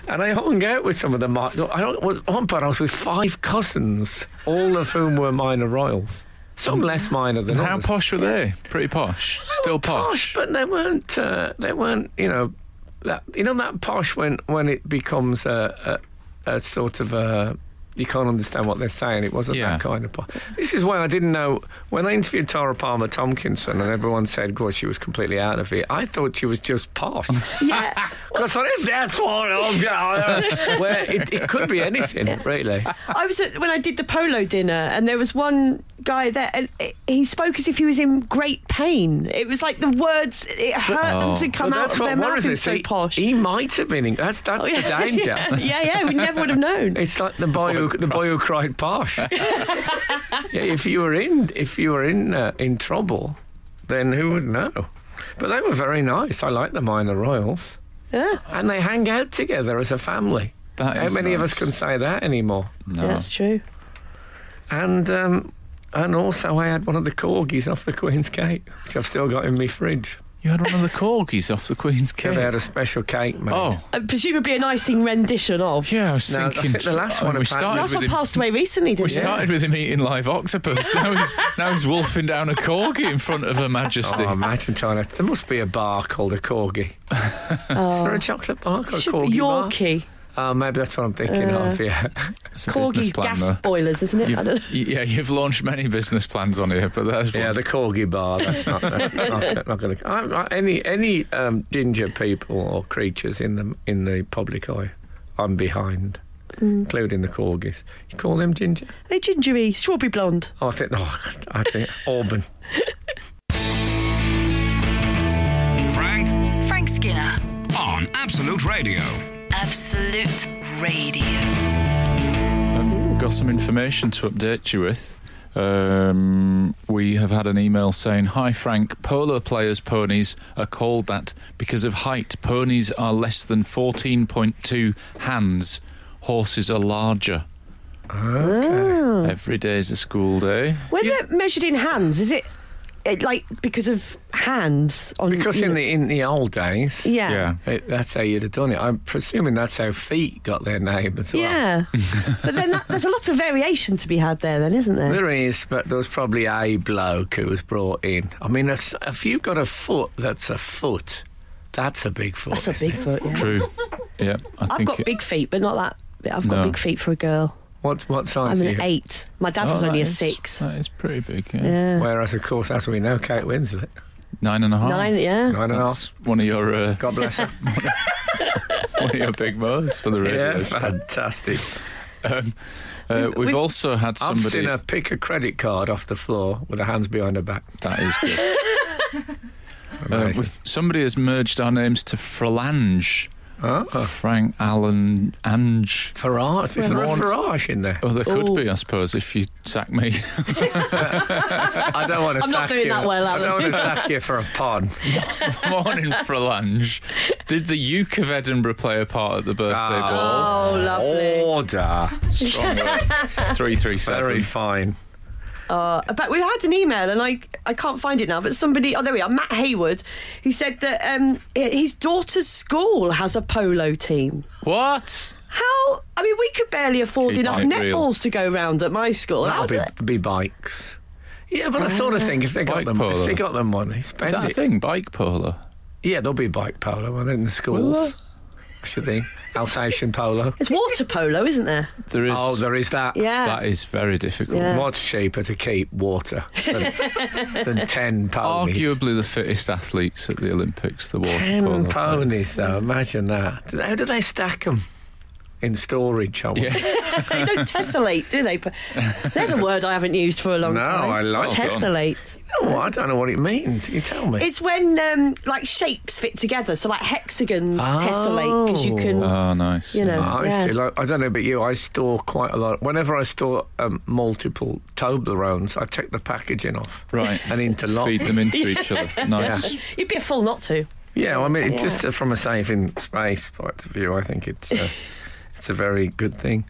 Speaker 2: And I hung out with some of the. mi- I don't- was at one point I was with five cousins, all of whom were minor royals. Some less minor than
Speaker 4: And how
Speaker 2: others.
Speaker 4: posh were they? Pretty posh. Still posh.
Speaker 2: but they weren't. Uh, they weren't. You know, that, you know that posh when when it becomes a, a, a sort of a. You can't understand what they're saying. It wasn't
Speaker 4: Yeah.
Speaker 2: that kind of posh. This is why I didn't know when I interviewed Tara Palmer Tomkinson, and everyone said, "God, she was completely out of it." I thought she was just posh.
Speaker 3: Yeah.
Speaker 2: Because that is that for Where it, it could be anything, really.
Speaker 3: I was at, when I did the polo dinner, and there was one guy there, and it, he spoke as if he was in great pain. It was like the words it hurt
Speaker 4: Oh.
Speaker 3: them to come
Speaker 2: But
Speaker 3: out of their mouth.
Speaker 2: worries
Speaker 3: It
Speaker 2: me.
Speaker 3: was so
Speaker 2: See,
Speaker 3: posh. Oh,
Speaker 2: He might have been. in- That's that's
Speaker 3: yeah,
Speaker 2: the danger.
Speaker 3: yeah, yeah, yeah, we never would have known.
Speaker 2: It's like the boy who the boy who cried posh. yeah, if you were in if you were in uh, in trouble, then who would know? But they were very nice. I like the minor royals,
Speaker 3: Yeah,
Speaker 2: and they hang out together as a family.
Speaker 4: That
Speaker 2: How
Speaker 4: is
Speaker 2: many of us
Speaker 4: nice.
Speaker 2: can say that anymore?
Speaker 4: No.
Speaker 3: that's true.
Speaker 2: And um, and also, I had one of the corgis off the Queen's cake, which I've still got in my fridge.
Speaker 4: You had one of the corgis off the Queen's
Speaker 2: Yeah, They
Speaker 4: cake.
Speaker 2: had a special cake made.
Speaker 4: Oh,
Speaker 3: Uh, presumably an icing rendition of.
Speaker 4: yeah, I was
Speaker 2: No, I
Speaker 4: thinking.
Speaker 2: think the last
Speaker 4: oh,
Speaker 2: one
Speaker 4: We
Speaker 2: apparently-
Speaker 4: started
Speaker 3: Last
Speaker 4: with
Speaker 3: one
Speaker 4: him,
Speaker 3: passed away recently,
Speaker 4: We
Speaker 3: didn't it?
Speaker 4: started with him eating live octopus. now, he's, now he's wolfing down a corgi in front of Her Majesty.
Speaker 2: Oh, imagine trying to. There must be a bar called a corgi. Is there a chocolate bar called
Speaker 3: Oh. Should be
Speaker 2: corgi? bar?
Speaker 3: Yorkie.
Speaker 2: Oh, maybe that's what I'm thinking
Speaker 3: Uh,
Speaker 2: of. Yeah.
Speaker 4: It's a business
Speaker 3: Corgi's
Speaker 4: plan,
Speaker 3: gas
Speaker 4: though.
Speaker 3: boilers, isn't it? I don't know.
Speaker 4: You've, yeah, you've launched many business plans on here, but that's
Speaker 2: Yeah,
Speaker 4: one.
Speaker 2: the corgi bar. That's not, that's not, not going to. Any any um, ginger people or creatures in the in the public eye, I'm behind,
Speaker 3: Mm.
Speaker 2: including the corgis. You call them ginger?
Speaker 3: They're gingery, strawberry blonde.
Speaker 2: Oh, I think. Oh, I think Auburn.
Speaker 6: Frank
Speaker 1: Frank Skinner,
Speaker 6: on Absolute Radio.
Speaker 1: Absolute Radio.
Speaker 4: Um, got some information to update you with. Um, we have had an email saying, Hi Frank, polo players' ponies are called that because of height. Ponies are less than 14.2 hands, horses are larger.
Speaker 2: Okay.
Speaker 4: Every day is a school day.
Speaker 3: When they're measured in hands, is it, it like because of hands on?
Speaker 2: Because in the in the old days,
Speaker 3: yeah.
Speaker 4: Yeah.
Speaker 2: it- that's how you'd have done it. I'm presuming that's how feet got their name as well.
Speaker 3: Yeah, but then that, there's a lot of variation to be had there, then, isn't there?
Speaker 2: There is, but there was probably a bloke who was brought in. I mean, if, if you've got a foot that's a foot, that's a big foot.
Speaker 3: That's a big foot. Yeah.
Speaker 4: True. yeah, I
Speaker 3: I've
Speaker 4: think
Speaker 3: got
Speaker 4: it-
Speaker 3: big feet, but not that. big. I've got
Speaker 4: No.
Speaker 3: big feet for a girl.
Speaker 2: What, what size
Speaker 3: I'm
Speaker 2: are you?
Speaker 3: an eight. My dad
Speaker 4: Oh,
Speaker 3: was only
Speaker 4: that
Speaker 3: a
Speaker 4: is-
Speaker 3: six.
Speaker 4: That is pretty big. Yeah.
Speaker 3: Yeah.
Speaker 2: Whereas, of course, as we know, Kate Winslet.
Speaker 4: Nine and a half.
Speaker 3: Nine. Yeah.
Speaker 2: Nine and a half.
Speaker 4: That's one of your uh,
Speaker 2: God bless her.
Speaker 4: one of your big moves for the radio.
Speaker 2: yeah,
Speaker 4: show.
Speaker 2: fantastic.
Speaker 4: Um, uh, we've,
Speaker 3: We've-
Speaker 4: also had
Speaker 2: I've
Speaker 4: somebody
Speaker 2: seen her pick a credit card off the floor with her hands behind her back.
Speaker 4: that is good. Uh,
Speaker 2: Amazing.
Speaker 4: we've, somebody has merged our names to Frelange.
Speaker 2: oh,
Speaker 4: Frank Allen Ange.
Speaker 2: Farage. Is there a
Speaker 4: Warn-
Speaker 2: Farage in there?
Speaker 4: Oh, there could
Speaker 3: Ooh.
Speaker 4: be, I suppose, if you sack me.
Speaker 2: I don't want to
Speaker 3: I'm
Speaker 2: sack
Speaker 3: not doing
Speaker 2: you.
Speaker 3: that well,
Speaker 2: I don't want to
Speaker 3: Alan.
Speaker 2: sack you for a pun.
Speaker 4: Morning, Frelange. Did the Duke of Edinburgh play a part at the birthday
Speaker 2: Ah.
Speaker 4: ball?
Speaker 3: Oh, lovely.
Speaker 2: Order.
Speaker 4: Strong Three three
Speaker 2: Very
Speaker 4: seven.
Speaker 2: fine.
Speaker 3: Uh, but we had an email, and I I can't find it now. But somebody, oh, there we are, Matt Hayward, who said that um, i- his daughter's school has a polo team.
Speaker 4: What?
Speaker 3: How? I mean, we could barely afford
Speaker 4: Keep
Speaker 3: enough
Speaker 4: on it
Speaker 3: netballs
Speaker 4: real.
Speaker 3: to go round at my school. How
Speaker 2: That'll be,
Speaker 3: do
Speaker 2: be bikes. Yeah, but I sort of think if they got
Speaker 4: Oh, Bike
Speaker 2: them,
Speaker 4: polo.
Speaker 2: if they got them one, they spend
Speaker 4: Is that a
Speaker 2: it.
Speaker 4: thing? Bike polo.
Speaker 2: Yeah, there'll be bike polo. Well, in the schools, should they? Alsatian polo.
Speaker 3: It's water polo, isn't there?
Speaker 4: There is.
Speaker 2: Oh, there is that.
Speaker 3: Yeah.
Speaker 4: That is very difficult.
Speaker 3: Yeah.
Speaker 2: Much cheaper to keep water than, than ten ponies.
Speaker 4: Arguably the fittest athletes at the Olympics, the water
Speaker 2: ten
Speaker 4: polo. players.
Speaker 2: ponies, though. Imagine that. How do they stack them? In storage, I wonder.
Speaker 4: Yeah.
Speaker 3: they don't tessellate, do they? But There's a word I haven't used for a long
Speaker 2: No,
Speaker 3: time.
Speaker 2: I like
Speaker 4: that.
Speaker 3: tessellate.
Speaker 2: No, I don't know what it means. You tell me.
Speaker 3: It's when um, like shapes fit together, so like hexagons
Speaker 2: Oh.
Speaker 3: tessellate because you can.
Speaker 2: Uh.
Speaker 4: Oh, nice.
Speaker 3: You know.
Speaker 2: I
Speaker 3: Yeah.
Speaker 2: see. Like, I don't know about you. I store quite a lot. Whenever I store um, multiple Toblerones, I take the packaging off
Speaker 4: Right.
Speaker 2: and interlock.
Speaker 4: Feed them into each other. Nice.
Speaker 3: You'd be a fool not to.
Speaker 2: Yeah, well, I mean, it just uh, from a saving space point of view, I think it's uh, it's a very good thing.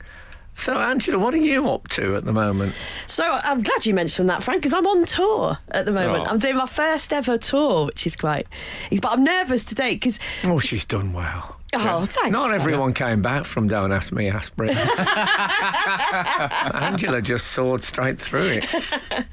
Speaker 2: So, Angela, what are you up to at the moment?
Speaker 3: So I'm glad you mentioned that, Frank, because I'm on tour at the moment.
Speaker 4: Oh.
Speaker 3: I'm doing my first ever tour, which is quite. But I'm nervous today because.
Speaker 2: Oh, she's done well.
Speaker 3: Oh, thanks.
Speaker 2: Not everyone came back from Don't Ask Me, Ask Brit. Angela just soared straight through it.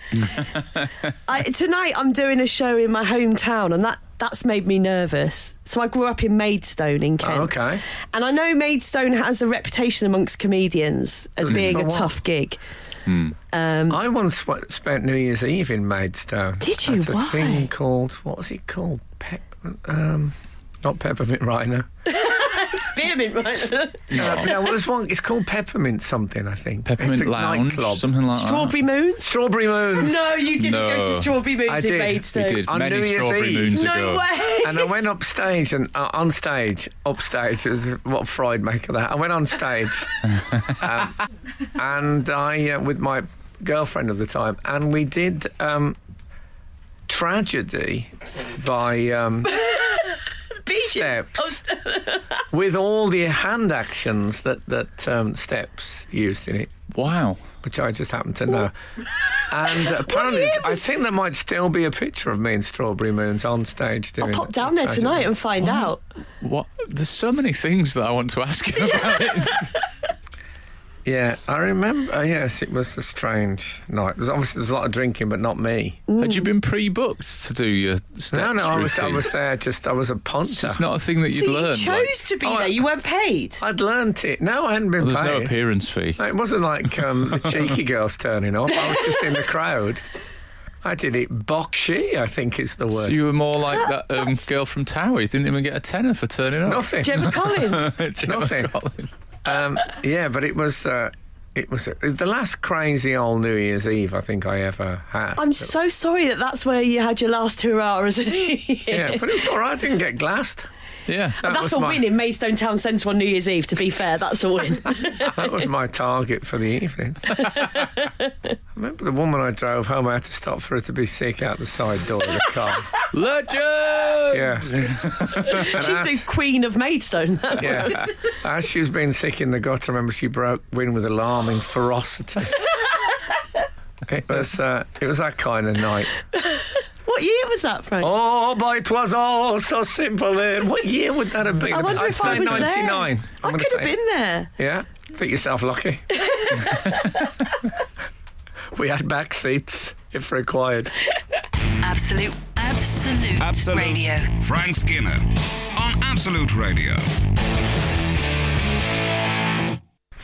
Speaker 3: I, tonight I'm doing a show in my hometown, and that that's made me nervous. So I grew up in Maidstone in Kent.
Speaker 2: Oh, okay.
Speaker 3: And I know Maidstone has a reputation amongst comedians as
Speaker 2: Does it?
Speaker 3: being
Speaker 2: For
Speaker 3: a
Speaker 2: what?
Speaker 3: tough gig.
Speaker 2: I once sw- spent New Year's Eve in Maidstone.
Speaker 3: Did you?
Speaker 2: At a
Speaker 3: Why?
Speaker 2: thing called what was it called? Pep- um, not peppermint rhino.
Speaker 3: Spearmint, right?
Speaker 2: Uh, no, well, there's one. It's called peppermint something. I think. It's
Speaker 4: Peppermint
Speaker 2: a
Speaker 4: Lounge,
Speaker 2: nightclub.
Speaker 4: something like
Speaker 3: Strawberry moons?
Speaker 2: Strawberry moons.
Speaker 3: No, you didn't go
Speaker 4: No.
Speaker 3: to strawberry moons
Speaker 2: I
Speaker 3: in
Speaker 2: did.
Speaker 4: that.
Speaker 3: Maidstone.
Speaker 4: We did
Speaker 2: On
Speaker 4: many
Speaker 2: New Year's
Speaker 4: strawberry
Speaker 2: Eve.
Speaker 4: moons
Speaker 3: No
Speaker 4: ago.
Speaker 3: way.
Speaker 2: and I went upstage and uh, on stage, upstage is what Freud make of that. I went on stage, um, and I uh, with my girlfriend of the time, and we did um, tragedy by um,
Speaker 3: Beach.
Speaker 2: steps
Speaker 3: Oh, st-
Speaker 2: with all the hand actions that that um, steps used in it,
Speaker 4: Wow.
Speaker 2: which I just happen to know. And apparently,
Speaker 3: year
Speaker 2: I think there might still be a picture of me in Strawberry Moons on stage. Doing
Speaker 3: I'll pop down there
Speaker 2: tragedy.
Speaker 3: tonight and find out.
Speaker 4: What? There's so many things that I want to ask you about.
Speaker 2: Yeah, I remember. uh, yes, it was a strange night. There's obviously there's a lot of drinking, but not me.
Speaker 4: Had you been pre-booked to do your steps
Speaker 2: no, no, I was, I
Speaker 4: routine?
Speaker 2: was there. Just I was a
Speaker 4: So
Speaker 2: punter.
Speaker 4: it's not a thing that
Speaker 3: So
Speaker 4: you'd
Speaker 3: you
Speaker 4: learn.
Speaker 3: chose
Speaker 4: like-
Speaker 3: to be
Speaker 2: Oh, I-
Speaker 3: there. You weren't paid.
Speaker 2: I'd learnt it. No, I hadn't been
Speaker 4: well, there's no
Speaker 2: paid.
Speaker 4: appearance fee.
Speaker 2: No, it wasn't like um, the cheeky girls turning up. I was just in the crowd. I did it boxy. I think is the
Speaker 4: So
Speaker 2: word.
Speaker 4: you were more like that um, girl from Towie. Didn't even get a tenner for turning up.
Speaker 2: Nothing.
Speaker 3: Gemma Collins.
Speaker 4: Gemma
Speaker 2: nothing.
Speaker 4: Collins.
Speaker 2: Um, yeah, but it was. Uh, it was it was the last crazy old New Year's Eve I think I ever had.
Speaker 3: I'm so sorry that that's where you had your last hurrah as an
Speaker 2: yeah, but it was all right. I didn't get glassed.
Speaker 4: Yeah.
Speaker 2: That
Speaker 3: That's
Speaker 2: was
Speaker 3: a
Speaker 2: my-
Speaker 3: win in Maidstone Town Centre on New Year's Eve, to be fair. That's a win.
Speaker 2: That was my target for the evening. I remember the woman I drove home, I had to stop for her to be sick out the side door of the car.
Speaker 4: Legend!
Speaker 2: Yeah.
Speaker 3: She's the queen of Maidstone.
Speaker 2: Yeah. As she was being sick in the gutter, I remember she broke wind with alarming ferocity. It was uh, it was that kind of night.
Speaker 3: what year was that, Frank?
Speaker 2: Oh, but it was all so simple then. What year would that have been?
Speaker 3: I wonder
Speaker 2: I'd
Speaker 3: if
Speaker 2: say
Speaker 3: I was
Speaker 2: 99.
Speaker 3: there.
Speaker 2: I'm
Speaker 3: I
Speaker 2: gonna
Speaker 3: could have
Speaker 2: say.
Speaker 3: been there.
Speaker 2: Yeah, think yourself lucky. we had back seats if required.
Speaker 1: Absolute, absolute,
Speaker 7: Absolute.
Speaker 1: radio.
Speaker 6: Frank Skinner on Absolute Radio.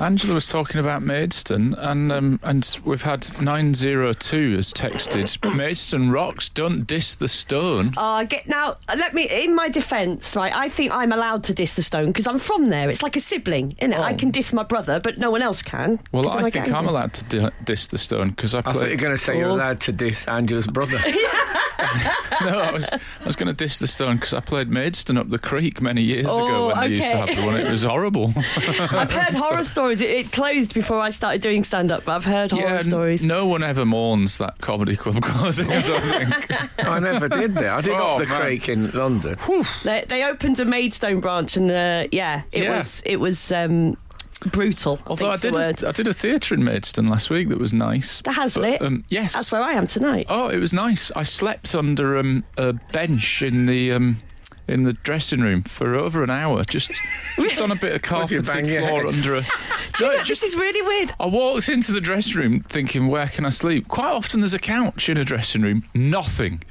Speaker 4: Angela was talking about Maidstone, and um, and we've had 902 has texted Maidstone rocks, don't diss the stone.
Speaker 3: Uh, get now. Let me. In my defence, right? I think I'm allowed to diss the stone because I'm from there. It's like a sibling, isn't it? I can diss my brother, but no one else can.
Speaker 4: Well,
Speaker 3: 'cause then
Speaker 4: I
Speaker 3: get
Speaker 4: think I'm
Speaker 3: angry.
Speaker 4: allowed to di- diss the stone because I
Speaker 2: I thought you were
Speaker 4: played.
Speaker 2: going to say you're
Speaker 3: Oh.
Speaker 2: allowed to diss Angela's brother.
Speaker 4: no, I was, I was going to diss the stone because I played Maidstone up the creek many years ago
Speaker 3: Oh,
Speaker 4: when they used to
Speaker 3: okay.
Speaker 4: have the one. It was horrible.
Speaker 3: I've heard horror stories. It, it closed before I started doing stand up, but I've heard horror
Speaker 4: n-
Speaker 3: stories.
Speaker 4: no one ever mourns that comedy club closing. I don't think.
Speaker 2: I never did that. I did
Speaker 4: Oh,
Speaker 2: up the
Speaker 4: man.
Speaker 2: creek in London.
Speaker 3: They, they opened a Maidstone branch, and uh, yeah, it
Speaker 4: Yeah.
Speaker 3: was it was um, brutal. I
Speaker 4: Although I
Speaker 3: think's the
Speaker 4: did,
Speaker 3: word.
Speaker 4: a, I did a theatre in Maidstone last week that was nice.
Speaker 3: The Hazlitt.
Speaker 4: But, um, yes,
Speaker 3: That's where I am tonight.
Speaker 4: Oh, it was nice. I slept under um, a bench in the um, in the dressing room for over an hour, just, just on a bit of
Speaker 2: Was you
Speaker 4: carpeted
Speaker 2: bang your
Speaker 4: floor
Speaker 2: head?
Speaker 4: under a.
Speaker 3: Do you know, this is really weird.
Speaker 4: I walked into the dressing room thinking, where can I sleep? Quite often there's a couch in a dressing room, nothing.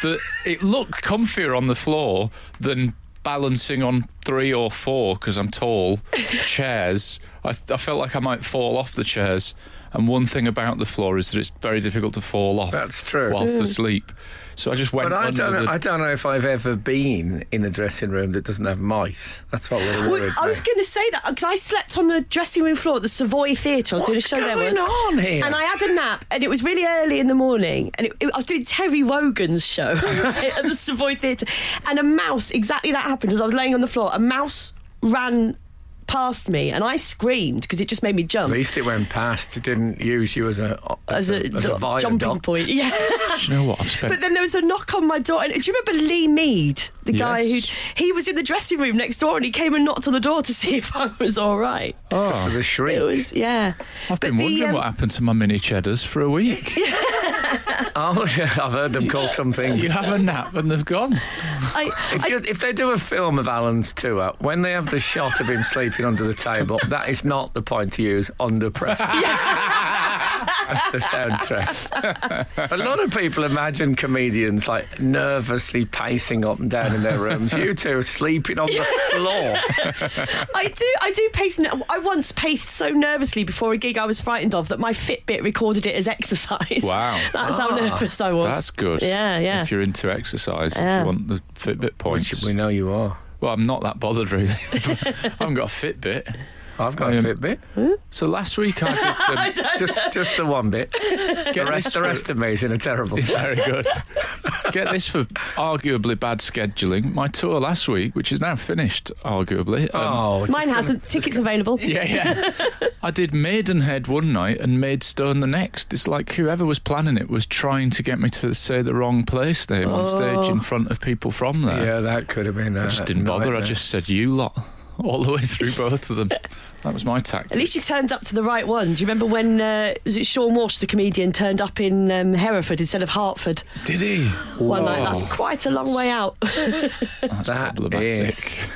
Speaker 4: That it looked comfier on the floor than balancing on three or four because I'm tall chairs. I, I felt like I might fall off the chairs. And one thing about the floor is that it's very difficult to fall off.
Speaker 2: That's true.
Speaker 4: Whilst asleep, so I just went
Speaker 2: But I
Speaker 4: under
Speaker 2: don't, know,
Speaker 4: the.
Speaker 2: I don't know if I've ever been in a dressing room that doesn't have mice. That's what we're
Speaker 3: Well,
Speaker 2: worried
Speaker 3: I was
Speaker 2: now.
Speaker 3: going to say that because I slept on the dressing room floor at the Savoy Theatre. I was doing a
Speaker 2: What's
Speaker 3: show there
Speaker 2: going
Speaker 3: once.
Speaker 2: on here?
Speaker 3: And I had a nap, and it was really early in the morning. And it, it- I was doing Terry Wogan's show right, at the Savoy Theatre. And a mouse, exactly that happened as I was laying on the floor. A mouse ran past me, and I screamed because it just made me jump.
Speaker 2: At least it went past. It didn't use you as a
Speaker 3: As a,
Speaker 2: as a viaduct.
Speaker 3: jumping point, yeah.
Speaker 4: Do you know what? I've spent
Speaker 3: But then there was a knock on my door. And do you remember Lee Mead, the guy who
Speaker 4: Yes.
Speaker 3: he was in the dressing room next door, and he came and knocked on the door to see if I was all right.
Speaker 2: Because
Speaker 4: Oh.
Speaker 2: of the shriek.
Speaker 3: It was yeah.
Speaker 4: I've been
Speaker 3: the,
Speaker 4: wondering
Speaker 3: um,
Speaker 4: what happened to my mini cheddars for a week.
Speaker 2: Oh, yeah, I've heard them call something.
Speaker 4: You have a nap and they've gone.
Speaker 3: I,
Speaker 2: If,
Speaker 3: I-
Speaker 2: you, if they do a film of Alan's tour, when they have the shot of him sleeping under the table, that is not the point to use under pressure. That's the soundtrack. a lot of people imagine comedians like nervously pacing up and down in their rooms. You two sleeping on the floor.
Speaker 3: I do I do pace ner- I once paced so nervously before a gig I was frightened of that my Fitbit recorded it as exercise.
Speaker 4: Wow. Ah,
Speaker 3: That's how nervous I was.
Speaker 4: That's good.
Speaker 3: Yeah, yeah.
Speaker 4: If you're into exercise, if
Speaker 3: Yeah.
Speaker 4: you want the Fitbit points.
Speaker 2: Which we know you are.
Speaker 4: Well, I'm not that bothered really. I haven't got a Fitbit.
Speaker 2: I've got
Speaker 4: I
Speaker 2: a
Speaker 4: am-
Speaker 2: Fitbit.
Speaker 4: So last week I did. Um,
Speaker 3: Um, I don't
Speaker 2: Just, just the one bit.
Speaker 4: get
Speaker 2: The rest,
Speaker 4: this
Speaker 2: the
Speaker 4: for-
Speaker 2: rest of me is in a terrible state.
Speaker 4: Very good. Get this for arguably bad scheduling. My tour last week, which is now finished, arguably. um,
Speaker 2: Oh,
Speaker 3: Mine hasn't. Tickets available.
Speaker 4: Yeah, yeah. I did Maidenhead one night and Maidstone the next. It's like whoever was planning it was trying to get me to say the wrong place name on stage
Speaker 3: Oh.
Speaker 4: in front of people from there.
Speaker 2: yeah, that could have been.
Speaker 4: I just didn't bother. I
Speaker 2: nightmare.
Speaker 4: just said you lot all the way through both of them. That was my tactic.
Speaker 3: At least you turned up to the right one. Do you remember when uh, was it Sean Walsh, the comedian, turned up in um, Hereford instead of Hartford
Speaker 4: did he?
Speaker 3: one night? That's quite a long way out.
Speaker 4: That's
Speaker 2: That
Speaker 4: problematic.
Speaker 2: is-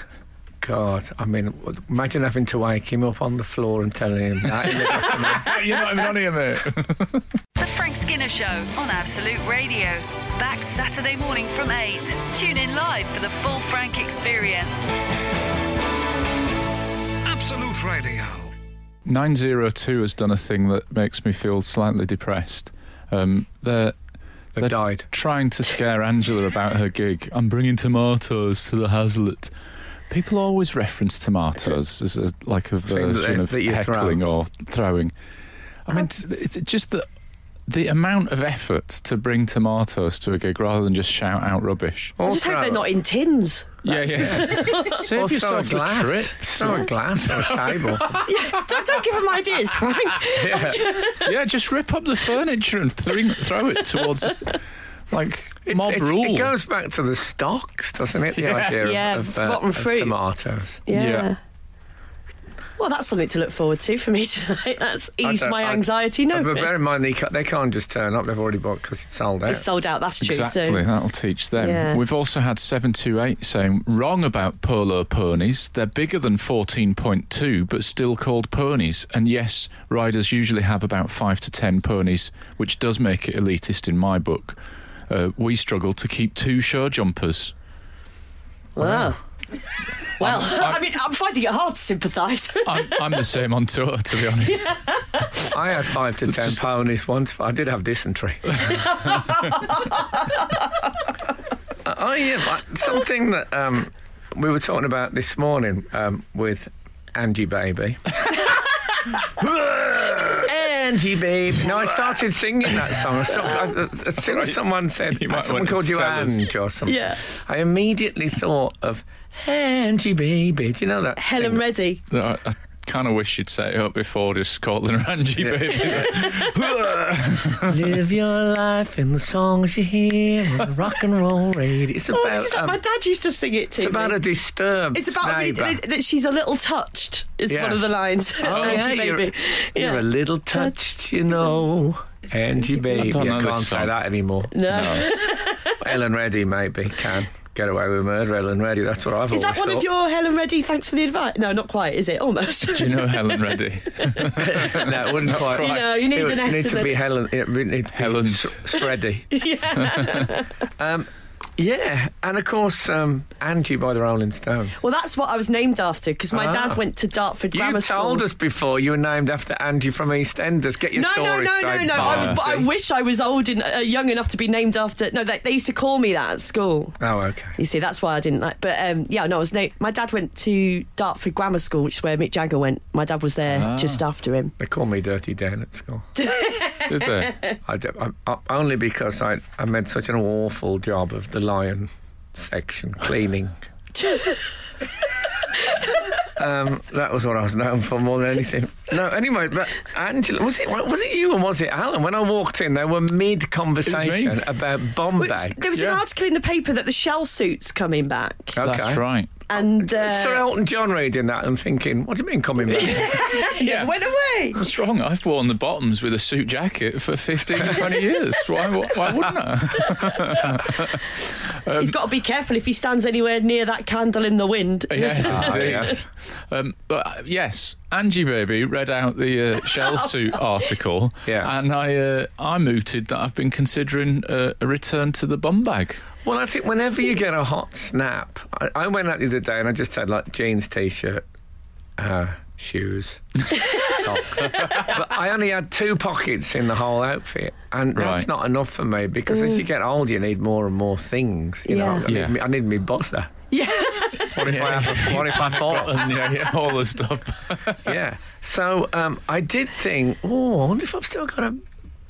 Speaker 2: God, I mean, w- imagine having to wake him up on the floor and telling him that. in the afternoon.
Speaker 4: You're not even on here, mate.
Speaker 1: The Frank Skinner Show on Absolute Radio. Back Saturday morning from 8. Tune in live for the full Frank experience.
Speaker 6: Absolute Radio.
Speaker 4: 902 has done a thing that makes me feel slightly depressed. Um, they're
Speaker 2: They
Speaker 4: That-
Speaker 2: died.
Speaker 4: trying to scare Angela about her gig. I'm bringing tomatoes to the Hazlitt. People always reference tomatoes as a, like a
Speaker 2: Thing that-
Speaker 4: version of
Speaker 2: that you throw.
Speaker 4: heckling or throwing. I mean, it's, it's just that the amount of effort to bring tomatoes to a gig rather than just shout out rubbish.
Speaker 2: Or
Speaker 3: I just hope
Speaker 2: throw-
Speaker 3: they're not in tins.
Speaker 4: Yeah, yeah.
Speaker 2: Or
Speaker 4: Save
Speaker 2: throw a
Speaker 4: yourself the
Speaker 2: glass.
Speaker 4: trip.
Speaker 2: Throw a glass on a table.
Speaker 3: Yeah, don't, don't give them ideas, Frank.
Speaker 4: Yeah, just rip up the furniture and thring- throw it towards us. Like
Speaker 2: It's-
Speaker 4: mob
Speaker 2: it's-
Speaker 4: rule.
Speaker 2: It goes back to the stocks, doesn't it? The
Speaker 4: Yeah.
Speaker 2: idea
Speaker 3: Yeah,
Speaker 2: of, of, uh,
Speaker 3: rotten
Speaker 2: of
Speaker 3: fruit.
Speaker 2: tomatoes.
Speaker 3: Yeah.
Speaker 4: Yeah.
Speaker 3: Well, that's something to look forward to for me tonight. That's eased
Speaker 2: don't-
Speaker 3: my
Speaker 2: I-
Speaker 3: anxiety. No,
Speaker 2: but bear
Speaker 3: it's
Speaker 2: in mind, they can't, they can't just turn up. They've already bought because it's sold out.
Speaker 3: sold out. That's true.
Speaker 4: Exactly,
Speaker 3: So
Speaker 4: that'll teach them.
Speaker 3: Yeah.
Speaker 4: We've also had 728 saying, wrong about polo ponies. They're bigger than 14.2, but still called ponies. And yes, riders usually have about 5 to 10 ponies, which does make it elitist in my book. Uh, we struggle to keep two show jumpers.
Speaker 3: wow. Well,
Speaker 4: I'm-
Speaker 3: I mean, I'm finding it hard to sympathise.
Speaker 4: I'm, I'm the same on tour, to be honest.
Speaker 2: I had five to ten
Speaker 4: Just-
Speaker 2: ponies once, but I did have dysentery. oh yeah, but something that um, we were talking about this morning um, with Angie Baby. Angie Baby. No, I started singing that song. I saw- I- As soon as someone said,
Speaker 4: You might
Speaker 2: someone
Speaker 4: want
Speaker 2: called
Speaker 4: to
Speaker 2: you
Speaker 4: tell us.
Speaker 2: Ange or something,
Speaker 3: Yeah.
Speaker 2: I immediately thought of Angie Baby. Do you know that?
Speaker 3: Helen
Speaker 2: singer?
Speaker 3: Reddy.
Speaker 4: I, I kind of wish you'd set it up before just Scotland and Angie,
Speaker 2: Yeah.
Speaker 4: baby.
Speaker 2: Live your life in the songs you hear on rock and roll radio. It's
Speaker 3: Oh,
Speaker 2: about
Speaker 3: this is like
Speaker 2: um,
Speaker 3: my dad used to sing it to
Speaker 2: it's
Speaker 3: me.
Speaker 2: about a disturbed
Speaker 3: It's about
Speaker 2: neighbor.
Speaker 3: that she's a little touched. Is
Speaker 2: Yeah.
Speaker 3: one of the lines.
Speaker 2: Oh,
Speaker 3: Angie
Speaker 2: yeah, you're-
Speaker 3: baby. Yeah.
Speaker 2: You're a little touched, you know. Angie baby,
Speaker 4: don't
Speaker 2: you
Speaker 4: know
Speaker 2: can't
Speaker 4: this
Speaker 2: say
Speaker 4: song.
Speaker 2: that anymore.
Speaker 3: no.
Speaker 2: Ellen Reddy maybe can get away with murder. Ellen Reddy, that's what I've
Speaker 3: Is that
Speaker 2: always
Speaker 3: one
Speaker 2: thought.
Speaker 3: of your Helen Reddy? Thanks for the advice. No, not quite. Is it almost?
Speaker 4: Do you know Helen Reddy?
Speaker 2: no, it wouldn't quite.
Speaker 4: quite.
Speaker 3: no, you need
Speaker 2: it would
Speaker 3: an
Speaker 2: need to
Speaker 3: estimate.
Speaker 2: be Helen. It would need to be
Speaker 4: Helen's.
Speaker 2: S- Shreddy. um, yeah, and of course um, Angie by the Rolling Stones.
Speaker 3: Well, that's what I was named after because my
Speaker 2: Ah.
Speaker 3: dad went to Dartford
Speaker 2: You
Speaker 3: Grammar School.
Speaker 2: told us before you were named after Angie from EastEnders. Get your
Speaker 3: No, no,
Speaker 2: story
Speaker 3: no, no,
Speaker 2: straight.
Speaker 3: no. I, was, I
Speaker 2: Barnsley.
Speaker 3: wish I was old and uh, young enough to be named after. No, they, they used to call me that at school.
Speaker 2: Oh, okay.
Speaker 3: You see, that's why I didn't like. But um, yeah, no, I was. Na- my dad went to Dartford Grammar School, which is where Mick Jagger went. My dad was there just after him.
Speaker 2: They call me Dirty Dan at school.
Speaker 4: Did they?
Speaker 2: I do, I, I, only because I, I made such an awful job of the lion section cleaning. um, that was what I was known for more than anything. No, anyway, but Angela, was it was it you and was it Alan? When I walked in, they were mid conversation about bomb
Speaker 3: Well, it's-
Speaker 2: bags.
Speaker 3: There was an
Speaker 4: yeah.
Speaker 3: article in the paper that the shell suit's coming back,
Speaker 2: Uh,
Speaker 4: That's right.
Speaker 3: and uh,
Speaker 2: Sir Elton John reading that and thinking, what do you mean coming back?
Speaker 3: yeah, went away.
Speaker 4: What's wrong? I've worn the bottoms with a suit jacket for 15, 20 years. Why, why wouldn't I?
Speaker 3: He's got to be careful if he stands anywhere near that candle in the wind.
Speaker 4: Yes,
Speaker 2: Ah,
Speaker 4: indeed.
Speaker 2: yes.
Speaker 4: Um, but uh, yes, Angie Baby read out the uh, shell
Speaker 3: Oh,
Speaker 4: suit article,
Speaker 2: Yeah.
Speaker 4: and I uh, I mooted that I've been considering uh, a return to the bum bag.
Speaker 2: Well, I think whenever you get a hot snap, I, I went out the other day and I just had like jeans, t-shirt, uh, shoes, socks. but I only had two pockets in the whole outfit, and that's
Speaker 4: Right.
Speaker 2: not enough for me because as you
Speaker 3: Mm.
Speaker 2: get older, you need more and more things. You know,
Speaker 3: Yeah.
Speaker 2: I need,
Speaker 4: Yeah.
Speaker 2: me, I need me buzzer.
Speaker 3: Yeah.
Speaker 2: What if I have? A, what if I fall?
Speaker 4: And you know, yeah, all the stuff.
Speaker 2: yeah. So um, I did think, oh, I wonder if I've still got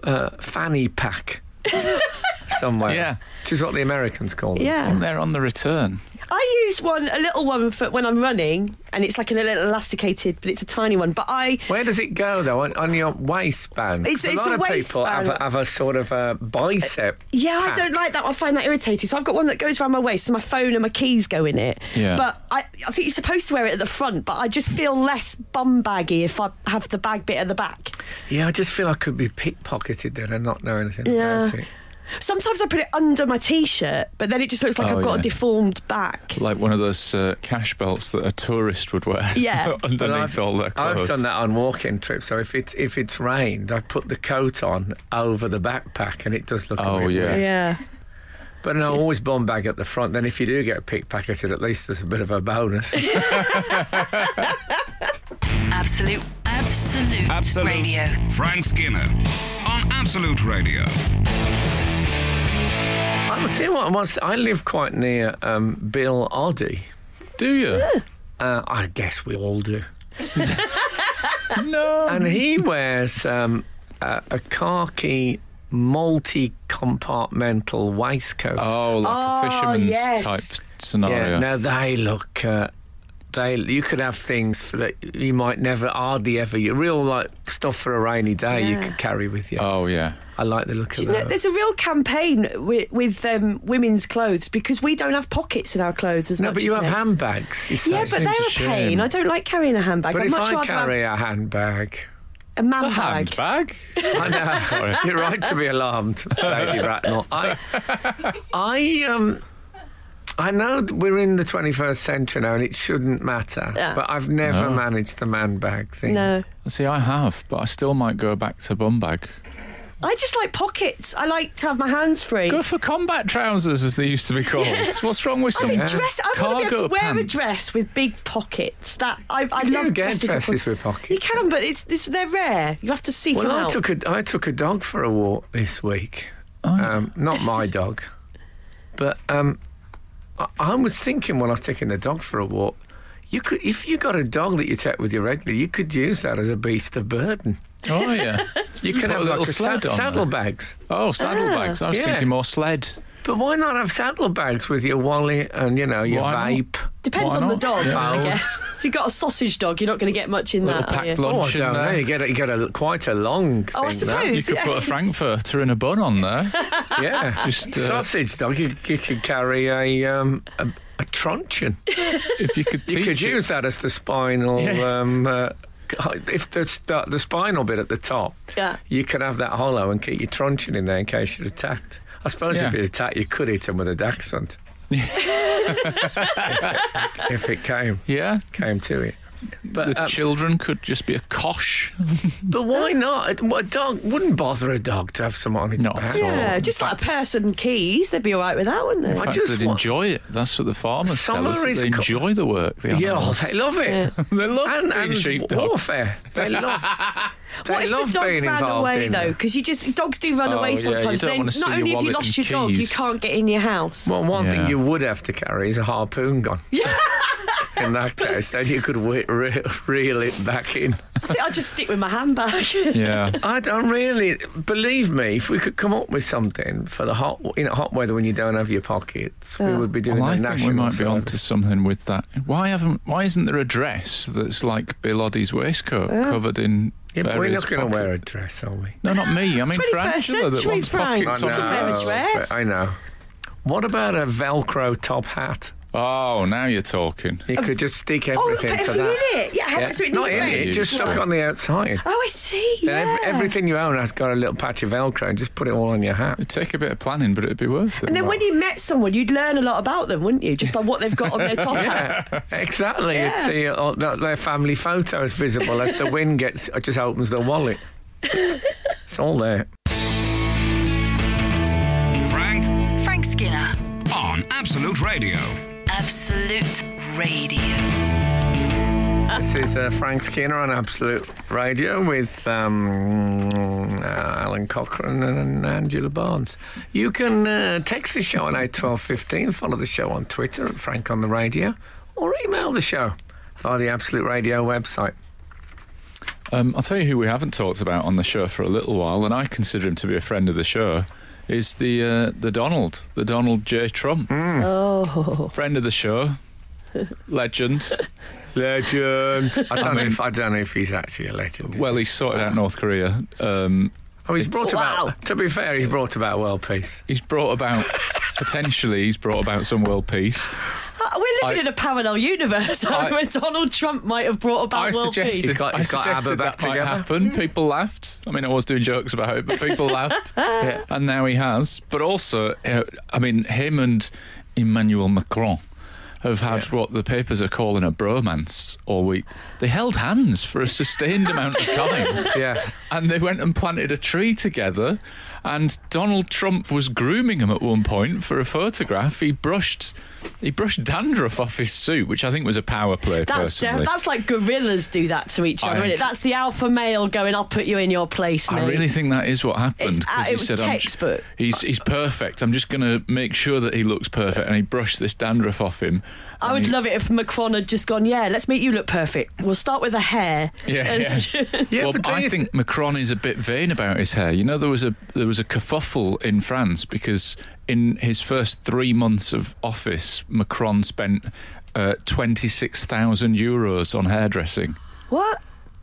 Speaker 2: a uh, fanny pack somewhere.
Speaker 4: Yeah.
Speaker 2: Which is what the Americans call them.
Speaker 3: Yeah.
Speaker 4: And they're on the return.
Speaker 3: I use one, a little one for when I'm running, and it's like a little elasticated, but it's a tiny one. But I,
Speaker 2: Where does it go though? On, on your waistband?
Speaker 3: It's-
Speaker 2: 'Cause
Speaker 3: it's
Speaker 2: a lot
Speaker 3: a
Speaker 2: of people have,
Speaker 3: waistband. Uh,
Speaker 2: have a sort of a bicep.
Speaker 3: yeah, I
Speaker 2: pack.
Speaker 3: don't like that. I find that irritating. So I've got one that goes around my waist, so my phone and my keys go in it.
Speaker 4: Yeah.
Speaker 3: But I, I think you're supposed to wear it at the front, but I just feel less bum baggy if I have the bag bit at the back.
Speaker 2: Yeah, I just feel I could be pickpocketed then and not know anything
Speaker 3: Yeah.
Speaker 2: about it.
Speaker 3: Sometimes I put it under my t-shirt, but then it just looks like
Speaker 4: Oh,
Speaker 3: I've got a
Speaker 4: yeah.
Speaker 3: deformed back.
Speaker 4: Like one of those uh, cash belts that a tourist would wear
Speaker 3: Yeah.
Speaker 2: But
Speaker 4: underneath all their clothes.
Speaker 2: I've done that on walking trips. So if it's if it's rained, I put the coat on over the backpack, and it does look.
Speaker 4: Oh,
Speaker 2: a bit
Speaker 4: yeah.
Speaker 2: weird.
Speaker 3: Yeah.
Speaker 2: But no, always bomb bag at the front. Then if you do get pickpocketed, at least there's a bit of a bonus.
Speaker 1: Absolute, absolute,
Speaker 6: Absolute.
Speaker 1: radio.
Speaker 6: Frank Skinner on Absolute Radio.
Speaker 2: I'll tell you what. Once I live quite near um, Bill Oddie.
Speaker 4: Do you?
Speaker 2: Uh, I guess we all do.
Speaker 4: No.
Speaker 2: and he wears um, a, a khaki multi compartmental waistcoat.
Speaker 4: Oh, like
Speaker 3: Oh,
Speaker 4: a fisherman's
Speaker 3: yes.
Speaker 4: type scenario.
Speaker 2: Yeah, now they look. Uh, they you could have things for that you might never hardly ever. You real like stuff for a rainy day you
Speaker 3: Yeah.
Speaker 2: could carry with you.
Speaker 4: Oh yeah.
Speaker 2: I like the look of
Speaker 3: Do you know,
Speaker 2: that.
Speaker 3: there's a real campaign with, with um, women's clothes because we don't have pockets in our clothes as
Speaker 2: no,
Speaker 3: much.
Speaker 2: but you
Speaker 3: as
Speaker 2: have
Speaker 3: they-
Speaker 2: handbags. you see.
Speaker 3: Yeah, but
Speaker 4: Seems a
Speaker 3: they're a
Speaker 4: shame.
Speaker 3: pain. I don't like carrying a handbag.
Speaker 2: But
Speaker 3: I'd
Speaker 2: if
Speaker 3: much
Speaker 2: I
Speaker 3: rather
Speaker 2: carry a handbag,
Speaker 3: have a man
Speaker 4: A
Speaker 3: bag.
Speaker 4: handbag?
Speaker 2: I know.
Speaker 4: Sorry.
Speaker 2: You're right to be alarmed, Lady Ratnell. I, I, um, I know that we're in the 21st century now, and it shouldn't matter.
Speaker 3: Yeah.
Speaker 2: But I've never
Speaker 4: No.
Speaker 2: managed the man bag thing.
Speaker 3: No.
Speaker 4: See, I have, but I still might go back to bum bag.
Speaker 3: I just like pockets. I like to have my hands free.
Speaker 4: Go for combat trousers, as they used to be called. What's wrong with
Speaker 3: I
Speaker 4: some
Speaker 3: think dress. I want to be able
Speaker 4: cargo
Speaker 3: to wear
Speaker 4: pants?
Speaker 3: a dress with big pockets. That I, I
Speaker 2: You
Speaker 3: love
Speaker 2: get
Speaker 3: dresses,
Speaker 2: dresses with pockets.
Speaker 3: You can, but it's, it's they're rare. You have to seek
Speaker 2: Well,
Speaker 3: them
Speaker 2: I
Speaker 3: out.
Speaker 2: took a I took a dog for a walk this week.
Speaker 4: Oh.
Speaker 2: Um, not my dog, but um, I, I was thinking when I was taking the dog for a walk, you could if you got a dog that you take with you regularly, you could use that as a beast of burden.
Speaker 4: Oh yeah.
Speaker 2: You could
Speaker 4: Put a
Speaker 2: have
Speaker 4: little
Speaker 2: like a sad-
Speaker 4: sled on there.
Speaker 2: saddlebags.
Speaker 4: Oh, saddlebags. I was
Speaker 2: Yeah.
Speaker 4: thinking more sled.
Speaker 2: But why not have saddlebags with your wallet and you know your
Speaker 4: Why not?
Speaker 2: vape?
Speaker 3: Depends
Speaker 4: Why
Speaker 3: on the
Speaker 4: not?
Speaker 3: dog,
Speaker 4: Yeah.
Speaker 3: I guess. If you've got a sausage dog, you're not going to get much in
Speaker 4: Little
Speaker 3: that. are
Speaker 4: packed
Speaker 3: you?
Speaker 4: lunch.
Speaker 2: Oh, I
Speaker 4: Option
Speaker 2: don't know.
Speaker 4: there.
Speaker 2: You get a, you get a quite a long.
Speaker 3: Oh, I
Speaker 2: thing, that.
Speaker 3: suppose.
Speaker 4: You could put a frankfurter in a bun on there.
Speaker 2: Yeah,
Speaker 4: Just, uh,
Speaker 2: sausage dog. You, you could carry a um, a, a truncheon.
Speaker 4: If you could teach
Speaker 2: You could
Speaker 4: it.
Speaker 2: use that as the spinal.
Speaker 4: Yeah.
Speaker 2: Um, uh, if the st- uh, the spinal bit at the top,
Speaker 3: Yeah.
Speaker 2: you could have that hollow and keep your truncheon in there in case you're attacked. I suppose
Speaker 4: Yeah.
Speaker 2: if you're attacked, you could hit him with a dachshund. if, it, if it came
Speaker 4: Yeah.
Speaker 2: came to it. But
Speaker 4: the
Speaker 2: um,
Speaker 4: children could just be a kosh.
Speaker 2: But why not? A dog wouldn't bother a dog to have someone on its
Speaker 4: Not
Speaker 2: back.
Speaker 4: at all.
Speaker 3: Yeah, just like a person keys, they'd be all right with that, wouldn't they?
Speaker 2: I
Speaker 4: In fact,
Speaker 2: just
Speaker 4: they'd
Speaker 2: want-
Speaker 4: enjoy it. That's what the farmers
Speaker 2: Summer
Speaker 4: tell us. that
Speaker 2: is
Speaker 4: They
Speaker 2: co-
Speaker 4: enjoy the work. The
Speaker 2: Yeah, oh,
Speaker 4: animals.
Speaker 2: they love it.
Speaker 4: they love
Speaker 2: And,
Speaker 4: being
Speaker 2: and
Speaker 4: sheepdogs.
Speaker 2: warfare. They love. They
Speaker 3: what if
Speaker 2: love
Speaker 3: the dog
Speaker 2: being
Speaker 3: ran
Speaker 2: involved
Speaker 3: away
Speaker 2: in.
Speaker 3: though? Because you just dogs do run
Speaker 4: Oh,
Speaker 3: away
Speaker 4: yeah, you
Speaker 3: sometimes.
Speaker 4: don't
Speaker 3: They-
Speaker 4: wanna see
Speaker 3: not
Speaker 4: your
Speaker 3: only have you
Speaker 4: wallet
Speaker 3: lost your
Speaker 4: and
Speaker 3: dog, you
Speaker 4: keys.
Speaker 3: can't get in your house.
Speaker 2: Well, one thing
Speaker 4: Yeah.
Speaker 2: you would have to carry is a harpoon gun.
Speaker 3: Yeah.
Speaker 2: In that case, then you could whe- re- reel it back in.
Speaker 3: I think I'll just stick with my handbag.
Speaker 4: Yeah.
Speaker 2: I don't really believe me. If we could come up with something for the hot, you know, hot weather when you don't have your pockets, we
Speaker 3: Yeah.
Speaker 2: would be doing
Speaker 4: Well,
Speaker 2: a
Speaker 4: I think
Speaker 2: national.
Speaker 4: we might be
Speaker 2: service.
Speaker 4: onto something with that. Why haven't? Why isn't there a dress that's like Biloddie's waistcoat covered in?
Speaker 2: Yeah, but we're
Speaker 4: various
Speaker 2: not going to
Speaker 4: pocket-
Speaker 2: wear a dress, are we?
Speaker 4: No, not me. I mean for
Speaker 3: 21st
Speaker 4: Angela that
Speaker 3: century
Speaker 4: wants
Speaker 3: Frank.
Speaker 4: pockets
Speaker 3: I
Speaker 4: on her
Speaker 3: know.
Speaker 4: dress.
Speaker 3: a dress.
Speaker 2: but I know. What about a Velcro top hat?
Speaker 4: Oh, now you're talking.
Speaker 2: You could just stick
Speaker 3: oh,
Speaker 2: everything
Speaker 3: put
Speaker 2: for
Speaker 3: everything in
Speaker 2: that.
Speaker 3: it. Yeah,
Speaker 2: Yeah,
Speaker 3: so it
Speaker 2: Not
Speaker 3: needs
Speaker 2: in
Speaker 3: to
Speaker 2: it,
Speaker 3: be-
Speaker 2: just stuck on the outside.
Speaker 3: Oh, I see.
Speaker 2: Then
Speaker 3: Yeah.
Speaker 2: ev- everything you own has got a little patch of Velcro and just put it all on your hat.
Speaker 4: It'd take a bit of planning, but it'd be worth it.
Speaker 3: And then when you met someone, you'd learn a lot about them, wouldn't you? Just by what they've got on their top hat.
Speaker 2: Yeah, exactly. You'd see all, th- their family photos visible as the wind gets it just opens the wallet. It's all there.
Speaker 6: Frank
Speaker 1: Frank Skinner,
Speaker 6: on Absolute Radio.
Speaker 1: Absolute Radio.
Speaker 2: This is uh, Frank Skinner on Absolute Radio with um, uh, Alan Cochrane and Angela Barnes. You can uh, text the show on 81215, follow the show on Twitter at Frank on the Radio, or email the show via the Absolute Radio website.
Speaker 4: Um, I'll tell you who we haven't talked about on the show for a little while, and I consider him to be a friend of the show. Is the uh, the Donald, the Donald J. Trump,
Speaker 2: Mm.
Speaker 3: Oh.
Speaker 4: friend of the show, legend.
Speaker 2: Legend. I don't, know
Speaker 4: mean-
Speaker 2: if, I don't know if he's actually a legend. is
Speaker 4: Well,
Speaker 2: he?
Speaker 4: he sorted out North Korea. Um,
Speaker 2: oh, he's
Speaker 4: it's-
Speaker 2: brought
Speaker 3: Wow.
Speaker 2: about. To be fair, he's brought about world peace.
Speaker 4: he's brought about potentially he's brought about some world peace.
Speaker 3: Uh, We're living
Speaker 4: I-
Speaker 3: in a parallel universe
Speaker 4: I-
Speaker 3: where Donald Trump might have brought about
Speaker 4: I
Speaker 3: world
Speaker 4: suggested,
Speaker 3: peace. Hmm.
Speaker 2: He's got- he's
Speaker 4: I
Speaker 2: got
Speaker 4: suggested
Speaker 2: ABBA back
Speaker 4: that might
Speaker 2: together.
Speaker 4: happen. People laughed. I mean, I was doing jokes about it, but people laughed,
Speaker 2: Yeah.
Speaker 4: and now he has. But also, uh, I mean, him and Emmanuel Macron have had what the papers are calling a bromance all week. They held hands for a sustained amount of time.
Speaker 2: Yes.
Speaker 4: and they went and planted a tree together. And Donald Trump was grooming him at one point for a photograph. He brushed, he brushed dandruff off his suit, which I think was a power play.
Speaker 3: That's
Speaker 4: personally.
Speaker 3: that's like gorillas do that to each
Speaker 4: I
Speaker 3: other, is
Speaker 4: think-
Speaker 3: That's the alpha male going, "I'll put you in your place, mate."
Speaker 4: I really think that is what happened
Speaker 3: It's- uh,
Speaker 4: because
Speaker 3: it
Speaker 4: he
Speaker 3: was
Speaker 4: said, "I'm j-
Speaker 3: textbook.
Speaker 4: "He's he's perfect. I'm just going to make sure that he looks perfect." And he brushed this dandruff off him.
Speaker 3: I
Speaker 4: and
Speaker 3: would
Speaker 4: he-
Speaker 3: love it if Macron had just gone, "Yeah, let's make you look perfect. We'll start with the hair."
Speaker 4: Yeah, yeah.
Speaker 2: Yeah,
Speaker 4: well,
Speaker 2: but do
Speaker 4: I
Speaker 2: you-
Speaker 4: think Macron is a bit vain about his hair. You know, there was a there was was a kerfuffle in France because in his first three months of office, Macron spent uh, 26,000 euros on hairdressing.
Speaker 3: What?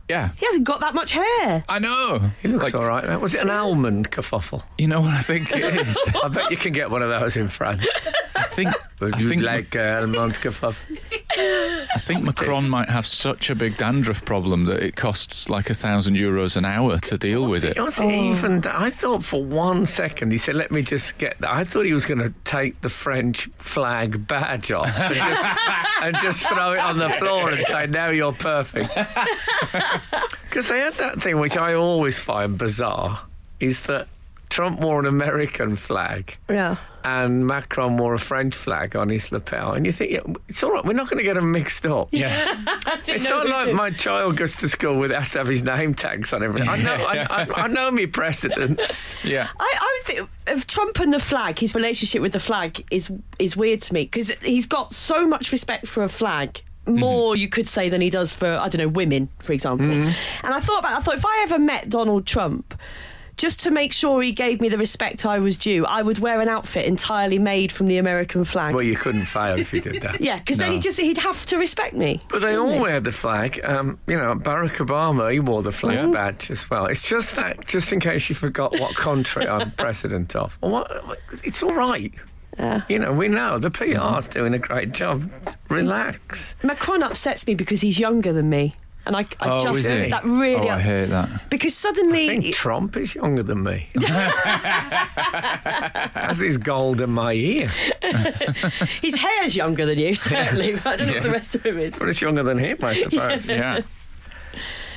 Speaker 4: Yeah.
Speaker 3: He hasn't got that much hair.
Speaker 4: I know.
Speaker 2: He looks
Speaker 4: Like,
Speaker 2: all right. Now. Was it an almond kerfuffle?
Speaker 4: You know what I think it is?
Speaker 2: I bet you can get one of those in France.
Speaker 4: I think,
Speaker 2: Would
Speaker 4: I
Speaker 2: you
Speaker 4: think,
Speaker 2: like uh, almond kerfuffle?
Speaker 4: I think Macron might have such a big dandruff problem that it costs like a thousand euros an hour to deal with it.
Speaker 2: Was it even? that? I thought for one second he said, "Let me just get." That. I thought he was going to take the French flag badge off and just, and just throw it on the floor and say, "Now you're perfect." Because they had that thing, which I always find bizarre, is that Trump wore an American flag.
Speaker 3: Yeah.
Speaker 2: And Macron wore a French flag on his lapel, and you think yeah, it's all right. We're not going to get them mixed up.
Speaker 4: Yeah.
Speaker 2: It's not like my child goes to school with has to have his name tags on everything. I know, I, I, I know me precedents.
Speaker 4: Yeah.
Speaker 3: I, I would think of Trump and the flag. His relationship with the flag is is weird to me because he's got so much respect for a flag.
Speaker 4: Mm-hmm.
Speaker 3: More you could say than he does for I don't know women, for example.
Speaker 4: Mm-hmm.
Speaker 3: And I thought about I thought if I ever met Donald Trump, just to make sure he gave me the respect I was due, I would wear an outfit entirely made from the American flag.
Speaker 2: Well, you couldn't fail if you did that.
Speaker 3: yeah, because then he
Speaker 4: No.
Speaker 3: just he'd have to respect me.
Speaker 2: But they all wear the flag. Um, you know, Barack Obama, he wore the flag
Speaker 4: Yeah.
Speaker 2: badge as well. It's just that, just in case you forgot what country I'm president of. Well, what, it's all right. You know, we know the PR's
Speaker 4: Mm-hmm.
Speaker 2: doing a great job. Relax.
Speaker 3: Macron upsets me because he's younger than me, and I, I
Speaker 4: Oh,
Speaker 3: just
Speaker 4: is he?
Speaker 3: that really
Speaker 4: oh, I
Speaker 3: up-
Speaker 4: hate that.
Speaker 3: because
Speaker 2: I
Speaker 3: suddenly
Speaker 2: think Trump is younger than me. As is gold in my ear.
Speaker 3: His hair's younger than you, certainly, but I don't know what the rest of him is.
Speaker 2: But it's younger than him, I suppose.
Speaker 4: Yeah.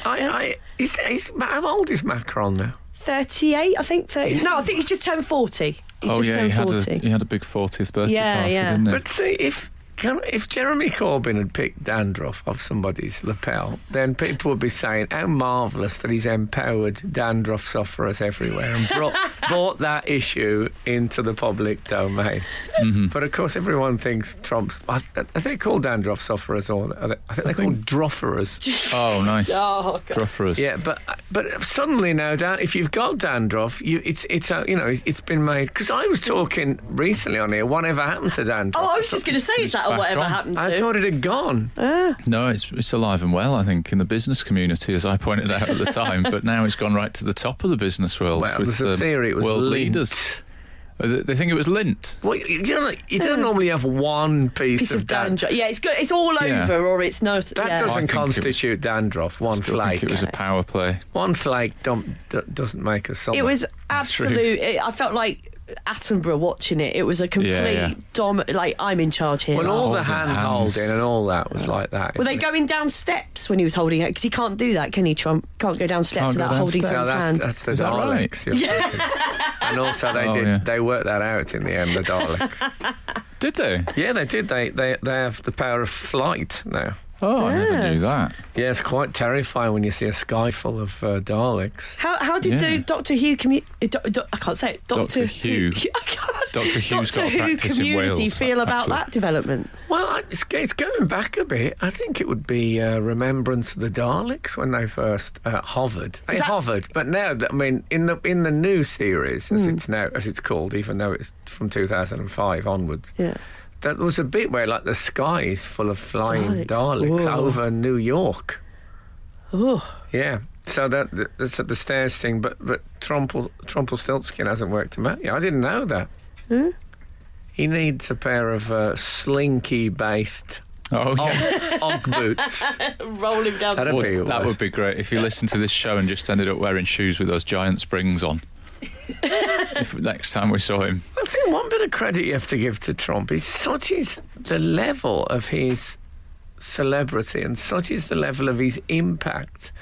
Speaker 2: I, I, he's, he's, how old is Macron now?
Speaker 3: 38, I think. 30. No, I think he's just turned 40. He's
Speaker 4: oh
Speaker 3: just
Speaker 4: yeah, he
Speaker 3: turned
Speaker 4: had
Speaker 3: 40.
Speaker 4: a he had a big 40th birthday
Speaker 3: Yeah,
Speaker 4: party,
Speaker 3: yeah.
Speaker 4: didn't he?
Speaker 2: But see, if can, if Jeremy Corbyn had picked dandruff off somebody's lapel, then people would be saying how marvellous that he's empowered dandruff sufferers everywhere and brought, brought that issue into the public domain. But of course, everyone thinks Trump's. I, I think called dandruff sufferers, or I think they're called drufferers.
Speaker 4: oh, nice.
Speaker 3: Oh, God.
Speaker 4: Truffers.
Speaker 2: Yeah, but but suddenly now, Dan, if you've got dandruff, you it's it's uh, you know it's been made because I was talking recently on here. Whatever happened to dandruff?
Speaker 3: Oh, I was just going to say, is that or
Speaker 4: back
Speaker 3: whatever
Speaker 4: on.
Speaker 3: happened to?
Speaker 2: I thought it had gone.
Speaker 4: No, it's it's alive and well, I think, in the business community, as I pointed out at the time. but now it's gone right to the top of the business world
Speaker 2: Well,
Speaker 4: with
Speaker 2: there's a
Speaker 4: the
Speaker 2: theory it was
Speaker 4: world
Speaker 2: lint.
Speaker 4: leaders. Uh, They they think it was lint.
Speaker 2: Well, you, you don't you don't normally have one piece,
Speaker 3: piece of
Speaker 2: dandruff.
Speaker 3: dandruff. Yeah, it's good. It's all
Speaker 4: Yeah.
Speaker 3: over, or it's not.
Speaker 2: That
Speaker 3: yeah.
Speaker 4: I
Speaker 2: doesn't
Speaker 4: think it was-
Speaker 2: constitute dandruff. One
Speaker 4: Still
Speaker 2: flake,
Speaker 4: think it was a power play.
Speaker 2: one flake don't, d- doesn't make a summer.
Speaker 3: It was
Speaker 4: true.
Speaker 3: absolute. It, I felt like Attenborough watching it. It was a complete
Speaker 4: yeah.
Speaker 3: dom. Like I'm in charge here.
Speaker 2: well,
Speaker 3: now.
Speaker 2: all the
Speaker 4: Holding
Speaker 2: hand
Speaker 4: hands.
Speaker 2: holding and all that was like that.
Speaker 3: were
Speaker 2: isn't
Speaker 3: they
Speaker 2: it?
Speaker 3: going down steps when he was holding it? Because he can't do that, can he? Trump can't go down steps
Speaker 4: Can't go
Speaker 3: without
Speaker 4: down
Speaker 3: holding
Speaker 4: steps.
Speaker 2: No,
Speaker 3: someone's
Speaker 2: "Oh, that's,
Speaker 3: hand.
Speaker 2: that's the
Speaker 4: Is that right?
Speaker 2: Daleks. you're thinking. and also, they
Speaker 4: Oh,
Speaker 2: did.
Speaker 4: yeah.
Speaker 2: They worked that out in the end. The Daleks.
Speaker 4: Did they?
Speaker 2: yeah, they did. They, they they have the power of flight now.
Speaker 4: Oh, I never knew that.
Speaker 2: Yeah, it's quite terrifying when you see a sky full of uh, Daleks.
Speaker 3: How, how did
Speaker 4: Yeah.
Speaker 3: the Doctor Who commu- uh, do, do- I can't say it. Doctor,
Speaker 4: Dr. Who.
Speaker 3: I can't-
Speaker 4: Dr. Who's
Speaker 3: Doctor
Speaker 4: got a
Speaker 3: Who
Speaker 4: practice in
Speaker 3: community
Speaker 4: Wales,
Speaker 3: feel about
Speaker 4: actually.
Speaker 3: that development?
Speaker 2: Well, I- it's, it's going back a bit. I think it would be uh, Remembrance of the Daleks when they first uh, hovered. They
Speaker 3: that-
Speaker 2: hovered, but now, th- I mean, in the in the new series,
Speaker 4: Hmm.
Speaker 2: as it's now as it's called, even though it's from 2005 onwards,
Speaker 3: Yeah.
Speaker 2: there was a bit where like the sky is full of flying Daleks,
Speaker 3: Daleks. Ooh.
Speaker 2: over New York.
Speaker 3: Oh,
Speaker 2: Yeah. So that th- that's the stairs thing, but but Tromple Stiltskin hasn't worked him out. yet. I didn't know that. He needs a pair of uh, slinky-based
Speaker 4: Oh, yeah.
Speaker 2: Og boots.
Speaker 3: roll him down.
Speaker 2: That'd be
Speaker 4: that would be great if you listened to this show and just ended up wearing shoes with those giant springs on. if next time we saw him.
Speaker 2: I think one bit of credit you have to give to Trump is such is the level of his celebrity and such is the level of his impact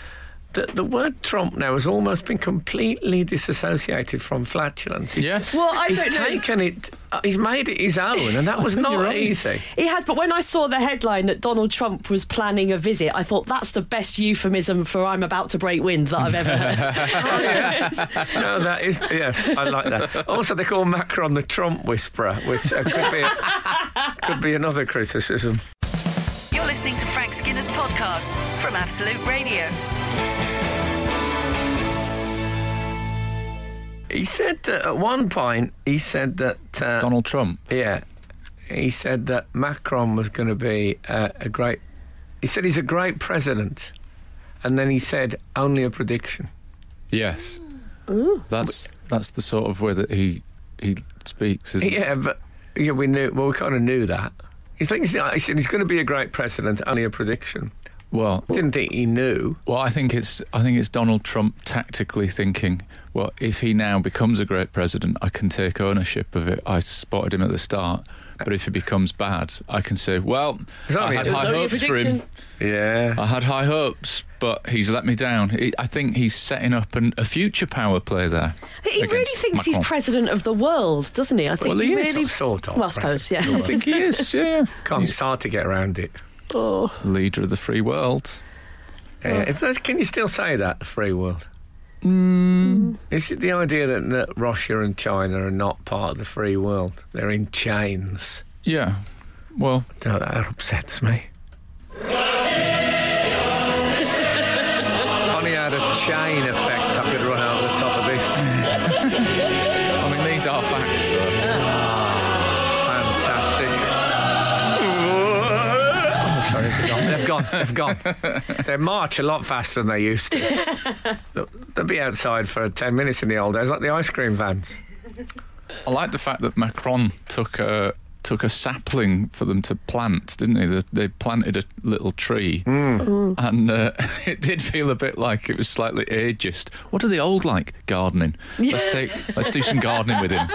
Speaker 2: that the word Trump now has almost been completely disassociated from flatulence. He's-
Speaker 4: Yes.
Speaker 3: Well, I
Speaker 2: He's
Speaker 3: don't know.
Speaker 2: taken it, uh, he's made it his own, and that was
Speaker 4: think
Speaker 2: not
Speaker 4: you're right.
Speaker 2: easy.
Speaker 3: He has, but when I saw the headline that Donald Trump was planning a visit, I thought that's the best euphemism for I'm about to break wind that I've ever heard.
Speaker 2: No, that is, yes, I like that. Also, they call Macron the Trump whisperer, which uh, could, be could be another criticism.
Speaker 1: You're listening to Frank Skinner's podcast from Absolute Radio.
Speaker 2: He said that at one point, he said that. Uh,
Speaker 4: Donald Trump.
Speaker 2: Yeah. He said that Macron was going to be uh, a great. He said he's a great president. And then he said, only a prediction.
Speaker 4: Yes. That's that's the sort of way that he he speaks. Isn't it?
Speaker 2: Yeah, but yeah, we knew. Well, we kind of knew that. He thinks he said he's going to be a great president, only a prediction.
Speaker 4: Well,
Speaker 2: Didn't think he knew.
Speaker 4: Well, I think it's I think it's Donald Trump tactically thinking, well, if he now becomes a great president, I can take ownership of it. I spotted him at the start, but if he becomes bad, I can say, well,
Speaker 2: It's only
Speaker 4: I
Speaker 2: a-
Speaker 4: had
Speaker 2: it was
Speaker 4: high
Speaker 3: only a
Speaker 4: hopes for him.
Speaker 3: prediction.
Speaker 2: Yeah.
Speaker 4: I had high hopes, but he's let me down. He, I think he's setting up an, a future power play there.
Speaker 3: He really
Speaker 4: against
Speaker 3: thinks
Speaker 4: Macron.
Speaker 3: he's president of the world, doesn't he? I think
Speaker 4: Well,
Speaker 3: he,
Speaker 4: he is.
Speaker 3: really.
Speaker 2: sort of.
Speaker 3: Well, I suppose, yeah.
Speaker 4: I think he is. Yeah,
Speaker 2: Can't, it's
Speaker 4: he's
Speaker 2: hard to get around it.
Speaker 3: Oh,
Speaker 4: leader of the free world.
Speaker 2: Yeah. If that's- can you still say that, the free world? Mm. Is it the idea that, that Russia and China are not part of the free world? They're in chains.
Speaker 4: Yeah. Well,
Speaker 2: No, that upsets me. Funny how the chain effect I could run out the top of this.
Speaker 4: I mean, these are facts. So.
Speaker 2: Fantastic. Oh, sorry, they've gone. They've gone. They've gone. they march a lot faster than they used to. They'll be outside for 10 minutes in the old days, like the ice cream vans.
Speaker 4: I like the fact that Macron took a took a sapling for them to plant, didn't he? They, they planted a little tree, and uh, it did feel a bit like it was slightly ageist. What are the old like? Gardening. Let's take let's do some gardening with him.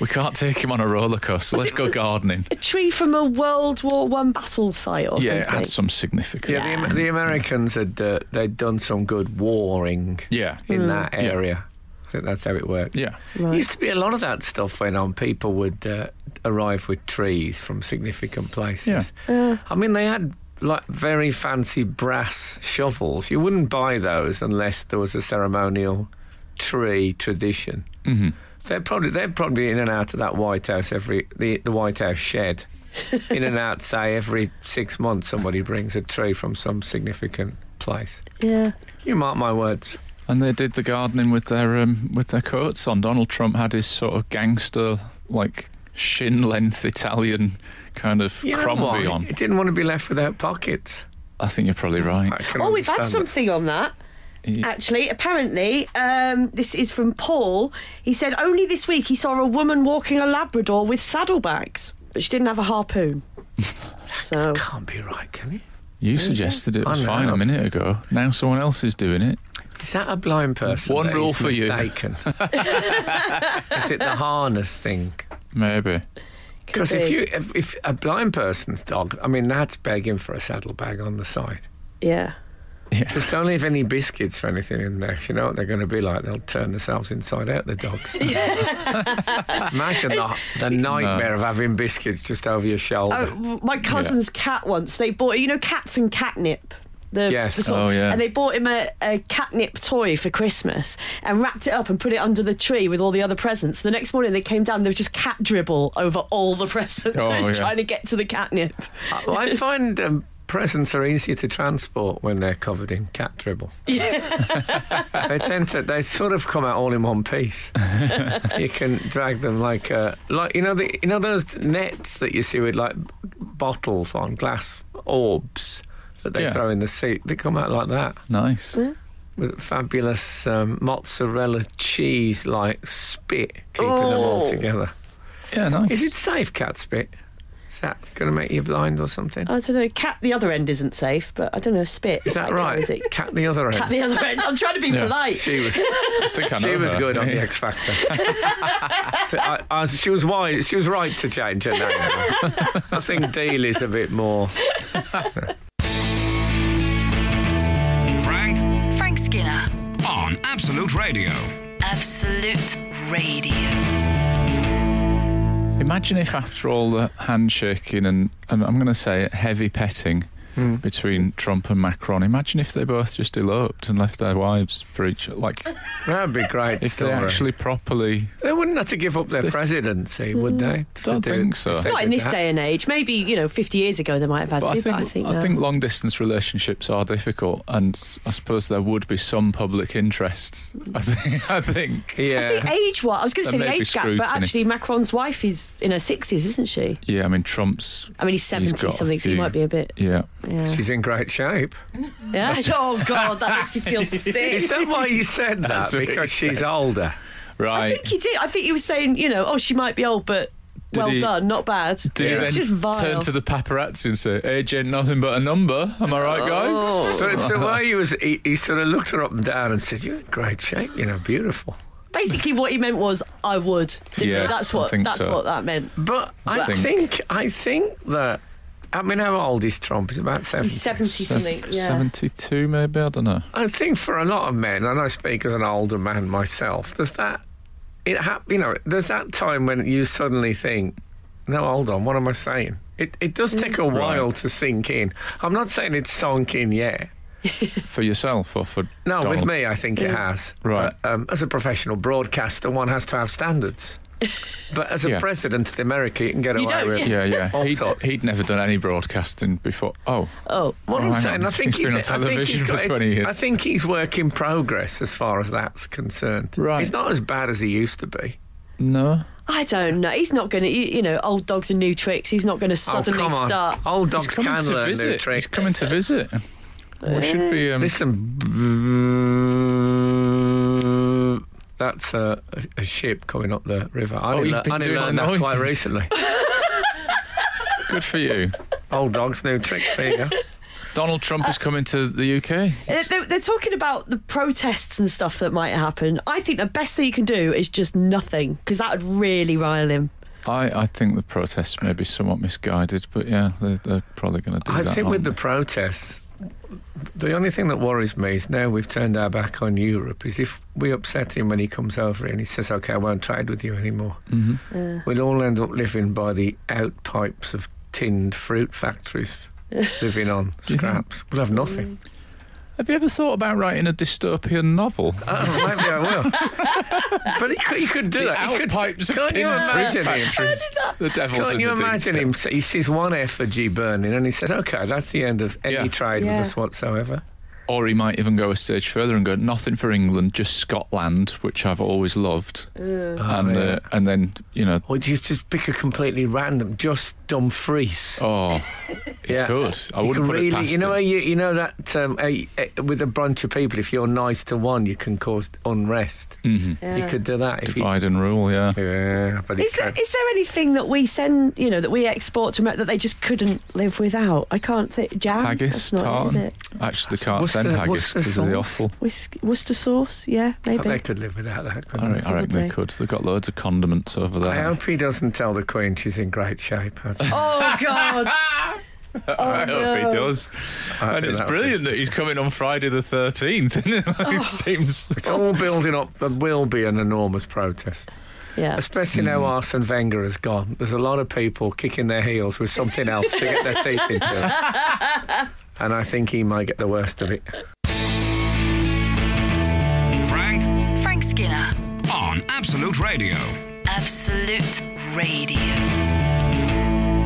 Speaker 4: We can't take him on a roller coaster. Let's go gardening.
Speaker 3: a tree from a World War One battle site or
Speaker 4: Yeah,
Speaker 3: something.
Speaker 4: it had some significance.
Speaker 2: Yeah, the, Am- the Americans had uh, they'd done some good warring
Speaker 4: Yeah.
Speaker 3: Hmm.
Speaker 2: in that area. I think that's how it worked.
Speaker 4: Yeah.
Speaker 2: There used to be a lot of that stuff went on. People would uh, arrive with trees from significant places. I mean, they had like very fancy brass shovels. You wouldn't buy those unless there was a ceremonial tree tradition.
Speaker 4: Mhm.
Speaker 2: They're probably they're probably in and out of that White House every the, the White House shed. in and out, say every six months, somebody brings a tree from some significant place.
Speaker 3: yeah.
Speaker 2: You mark my words.
Speaker 4: And they did the gardening with their um, with their coats on. Donald Trump had his sort of gangster, like shin length Italian kind of
Speaker 2: You know
Speaker 4: Crombie
Speaker 2: why?
Speaker 4: on.
Speaker 2: It didn't want to be left without pockets.
Speaker 4: I think you're probably right.
Speaker 2: I can
Speaker 3: Oh, we've had
Speaker 2: understand that.
Speaker 3: something on that.
Speaker 4: Yeah.
Speaker 3: Actually, apparently, um, this is from Paul. He said only this week he saw a woman walking a Labrador with saddlebags, but she didn't have a harpoon. so,
Speaker 2: Can't be right, can it?
Speaker 4: You suggested it was
Speaker 2: I know.
Speaker 4: fine a minute ago. Now someone else is doing it.
Speaker 2: Is that a blind person?
Speaker 4: One
Speaker 2: that
Speaker 4: rule
Speaker 2: is
Speaker 4: for you.
Speaker 2: mistaken? is it the harness thing?
Speaker 4: Maybe.
Speaker 2: Because
Speaker 3: Could
Speaker 2: if
Speaker 3: be.
Speaker 2: you if, if a blind person's dog, I mean that's begging for a saddlebag on the side.
Speaker 3: yeah.
Speaker 4: Yeah.
Speaker 2: Just don't leave any biscuits or anything in there. 'cause You know what they're going to be like? They'll turn themselves inside out. The dogs. Imagine the, the nightmare of having biscuits just over your
Speaker 3: Oh,
Speaker 2: shoulder.
Speaker 3: w- my cousin's cat once. They bought you know cats and catnip. The,
Speaker 2: Yes.
Speaker 3: the sort of-
Speaker 4: Oh, yeah.
Speaker 3: And they bought him a, a catnip toy for Christmas and wrapped it up and put it under the tree with all the other presents. The next morning they came down. There was just cat dribble over all the presents.
Speaker 4: Oh,
Speaker 3: I was
Speaker 4: yeah.
Speaker 3: trying to get to the catnip.
Speaker 2: I- I find um, presents are easier to transport when they're covered in cat dribble. they tend to they sort of come out all in one piece. you can drag them like uh, like you know the you know those nets that you see with like bottles on glass orbs that they
Speaker 4: Yeah.
Speaker 2: throw in the sea. They come out like that
Speaker 4: Nice.
Speaker 2: Hmm? with fabulous um, mozzarella cheese like spit keeping them all
Speaker 3: Oh.
Speaker 2: together.
Speaker 4: Yeah, nice.
Speaker 2: Is it safe cat spit? Is that going to make you blind or something?
Speaker 3: I don't know. Cat the other end isn't safe, but I don't know. Spit.
Speaker 2: Is that right?
Speaker 3: Is it?
Speaker 2: Cat the other end.
Speaker 3: Cat the other end. I'm trying to be
Speaker 4: Yeah.
Speaker 3: polite.
Speaker 2: She was
Speaker 4: I think I know
Speaker 2: she was
Speaker 4: her.
Speaker 2: good on the
Speaker 4: Yeah.
Speaker 2: X Factor. I, I, she was wise. She was right to change her name. I think Deal is a bit more.
Speaker 6: Frank
Speaker 1: Frank Skinner,
Speaker 6: on Absolute Radio.
Speaker 1: Absolute Radio.
Speaker 4: Imagine if after all the handshaking and, and I'm going to say it, heavy petting, between Trump and Macron. Imagine if they both just eloped and left their wives for each other. Like,
Speaker 2: That'd be great.
Speaker 4: if they
Speaker 2: story.
Speaker 4: actually properly.
Speaker 2: They wouldn't have to give up their
Speaker 4: If- Mm,
Speaker 2: presidency, would they? if they
Speaker 4: Don't
Speaker 2: do-
Speaker 4: think so.
Speaker 2: if they
Speaker 3: Not in
Speaker 2: did
Speaker 3: this
Speaker 2: that?
Speaker 3: day and age. Maybe you know, fifty years ago they might have had
Speaker 4: But
Speaker 3: to,
Speaker 4: I think,
Speaker 3: but I think
Speaker 4: I
Speaker 3: no.
Speaker 4: think long distance relationships are difficult, and I suppose there would be some public interests.
Speaker 3: Hmm.
Speaker 4: I think. I think.
Speaker 2: Yeah.
Speaker 3: age what? I was going to
Speaker 4: There
Speaker 3: say
Speaker 4: may
Speaker 3: the
Speaker 4: be
Speaker 3: age gap, but
Speaker 4: scrutiny.
Speaker 3: actually Macron's wife is in her sixties, isn't she?
Speaker 4: Yeah, I mean Trump's.
Speaker 3: I mean, he's seventy
Speaker 4: got a
Speaker 3: something, so he
Speaker 4: few-
Speaker 3: might be a bit.
Speaker 4: Yeah.
Speaker 3: Yeah.
Speaker 2: She's in great shape.
Speaker 3: yeah. Oh God, that makes you feel
Speaker 2: Is
Speaker 3: sick.
Speaker 2: that why you said that?
Speaker 4: That's what he
Speaker 2: Because
Speaker 4: said.
Speaker 2: she's older.
Speaker 3: I
Speaker 4: Right.
Speaker 3: think he did. I think he was saying, you know, oh, she might be old, but well
Speaker 4: he-
Speaker 3: done, not bad.
Speaker 4: Do you
Speaker 3: it's
Speaker 4: then
Speaker 3: just vile.
Speaker 4: turn to the paparazzi and say, AJ, nothing but a number? Am I right, guys?
Speaker 3: Oh.
Speaker 2: So it's the way he was. He, he sort of looked her up and down and said, "You're in great shape. You know, beautiful."
Speaker 3: Basically, what he meant was, I would. Didn't he?
Speaker 4: Yes,
Speaker 3: That's
Speaker 4: I
Speaker 3: what.
Speaker 4: think
Speaker 3: That's
Speaker 4: so.
Speaker 3: what that meant.
Speaker 2: But I
Speaker 4: Think.
Speaker 2: think I think that. I mean, how old is Trump? He's about seventy.
Speaker 3: He's seventy something.
Speaker 4: Se-
Speaker 3: Yeah.
Speaker 4: 72, maybe? I don't know.
Speaker 2: I think for a lot of men, and I speak as an older man myself, there's that. It hap- you know, there's that time when you suddenly think, "No, hold on, what am I saying?" It it does
Speaker 3: Mm.
Speaker 2: take a while to sink in. I'm not saying it's sunk in yet.
Speaker 4: For yourself or for.
Speaker 2: No, with
Speaker 4: Donald?
Speaker 2: me, I think
Speaker 3: Mm.
Speaker 2: it has.
Speaker 4: Right.
Speaker 2: But, um, as a professional broadcaster, one has to have standards. but as a
Speaker 4: Yeah.
Speaker 2: president of America, you can get
Speaker 3: You
Speaker 2: away
Speaker 3: don't,
Speaker 2: with.
Speaker 4: Yeah, yeah.
Speaker 2: All
Speaker 4: He'd,
Speaker 2: sorts.
Speaker 4: he'd never done any broadcasting before. Oh,
Speaker 3: Oh,
Speaker 2: What
Speaker 4: Oh,
Speaker 2: I'm
Speaker 4: hang
Speaker 2: saying,
Speaker 4: on.
Speaker 2: I think
Speaker 4: He's
Speaker 2: he's,
Speaker 4: been on
Speaker 2: I think he's
Speaker 4: television for
Speaker 2: got it-
Speaker 4: 20 years.
Speaker 2: I think he's work in progress as far as that's concerned.
Speaker 4: Right.
Speaker 2: He's not as bad as he used to be.
Speaker 4: no.
Speaker 3: I don't know. He's not going to. You, you know, old dogs and new tricks. He's not going to suddenly
Speaker 2: oh, come on.
Speaker 3: start.
Speaker 2: Old
Speaker 4: He's
Speaker 2: dogs
Speaker 4: coming
Speaker 2: can
Speaker 4: to
Speaker 2: learn new
Speaker 4: visit.
Speaker 2: tricks.
Speaker 4: He's coming to visit. We should be. Um,
Speaker 2: Listen. That's a, a, a ship coming up the river. I
Speaker 4: Oh,
Speaker 2: only lear-
Speaker 4: you've been
Speaker 2: I only
Speaker 4: doing
Speaker 2: learned
Speaker 4: the
Speaker 2: that quite
Speaker 4: noises.
Speaker 2: recently.
Speaker 4: good for you.
Speaker 2: Old dogs, new tricks. There you go.
Speaker 4: Donald Trump is coming to the UK.
Speaker 3: They're, they're- they're talking about the protests and stuff that might happen. I think the best thing you can do is just nothing, because that would really rile him.
Speaker 4: I, I think the protests may be somewhat misguided, but yeah, they're, they're probably going to do
Speaker 2: I
Speaker 4: that.
Speaker 2: think with the
Speaker 4: aren't
Speaker 2: protests, the only thing that worries me is now we've turned our back on Europe. Is if we upset him when he comes over and he says, "Okay, I won't trade with you anymore,"
Speaker 4: they? Mhm.
Speaker 2: we'll all end up living by the outpipes of tinned fruit factories, living on
Speaker 4: Do you think- Mm.
Speaker 2: scraps. We'll have nothing.
Speaker 4: Have you ever thought about writing a dystopian novel?
Speaker 2: oh, maybe I will. but he could, he could do
Speaker 4: The
Speaker 2: that. He could,
Speaker 4: outpipes of
Speaker 2: can't you
Speaker 4: tin
Speaker 2: imagine him?
Speaker 4: factories. The devil's in
Speaker 2: Can't you
Speaker 4: the
Speaker 2: imagine
Speaker 4: detail.
Speaker 2: him? He sees one effigy burning and he says, "Okay, that's the end of any
Speaker 4: Yeah.
Speaker 2: trade
Speaker 3: Yeah.
Speaker 2: with us whatsoever."
Speaker 4: Or he might even go a stage further and go nothing for England, just Scotland, which I've always loved, and
Speaker 2: Oh, yeah.
Speaker 4: uh, and then you know,
Speaker 2: Or do you just pick a completely random, just Dumfries?
Speaker 4: oh, he
Speaker 2: Yeah.
Speaker 4: could. I
Speaker 2: You
Speaker 4: wouldn't
Speaker 2: can
Speaker 4: put it
Speaker 2: really,
Speaker 4: past
Speaker 2: you know, how
Speaker 4: him.
Speaker 2: you, you know that um, how you- eh, with a bunch of people, if you're nice to one, you can cause unrest.
Speaker 4: Mhm.
Speaker 2: You
Speaker 3: Yeah.
Speaker 2: could do that. If you,
Speaker 4: Divide and rule, yeah.
Speaker 2: yeah, but
Speaker 3: Is
Speaker 2: it's
Speaker 3: there, is there anything that we send, you know, that we export to America that they just couldn't live without? I can't think. Jam?
Speaker 4: Haggis,
Speaker 3: That's not, it, is
Speaker 4: tartan.
Speaker 3: it?
Speaker 4: Actually, they can't
Speaker 2: What's
Speaker 4: send
Speaker 2: the-
Speaker 4: haggis
Speaker 2: what's the
Speaker 4: because of the
Speaker 2: sauce?
Speaker 4: offal.
Speaker 3: Whisk- Worcester sauce? Yeah, maybe.
Speaker 2: they could live without that. couldn't
Speaker 4: I
Speaker 2: they?
Speaker 4: re- I reckon they
Speaker 3: Probably.
Speaker 4: could. They've got loads of condiments over there.
Speaker 2: I hope he doesn't tell the Queen she's in great shape. That's-
Speaker 3: Oh, God. Oh,
Speaker 4: I hope
Speaker 3: no.
Speaker 4: he does.
Speaker 2: I
Speaker 4: and
Speaker 2: think
Speaker 4: it's
Speaker 2: that Oh. would-
Speaker 4: brilliant that he's coming on Friday the 13th. it seems.
Speaker 2: It's all building up. There will be an enormous protest,
Speaker 3: yeah.
Speaker 2: especially now Arsene Wenger has gone. There's a lot of people kicking their heels with something else to get their teeth into. It. And I think he might get the worst of it.
Speaker 6: Frank
Speaker 1: Frank Skinner,
Speaker 6: on Absolute Radio.
Speaker 1: Absolute Radio.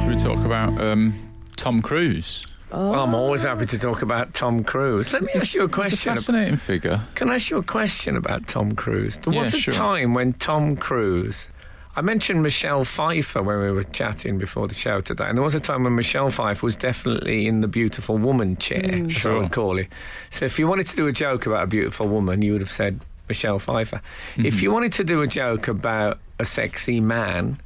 Speaker 4: Should we talk about um, Tom Cruise?
Speaker 2: Well, I'm always happy to talk about Tom Cruise. Let me ask you a question.
Speaker 4: He's a fascinating figure.
Speaker 2: Can I ask you a question about Tom Cruise? There
Speaker 4: Yeah,
Speaker 2: was a
Speaker 4: sure.
Speaker 2: time when Tom Cruise. I mentioned Michelle Pfeiffer when we were chatting before the show today, and there was a time when Michelle Pfeiffer was definitely in the beautiful woman chair, as I
Speaker 4: Mm. Sure.
Speaker 2: would call it. So if you wanted to do a joke about a beautiful woman, you would have said Michelle Pfeiffer. If
Speaker 4: Mm-hmm.
Speaker 2: you wanted to do a joke about a sexy man,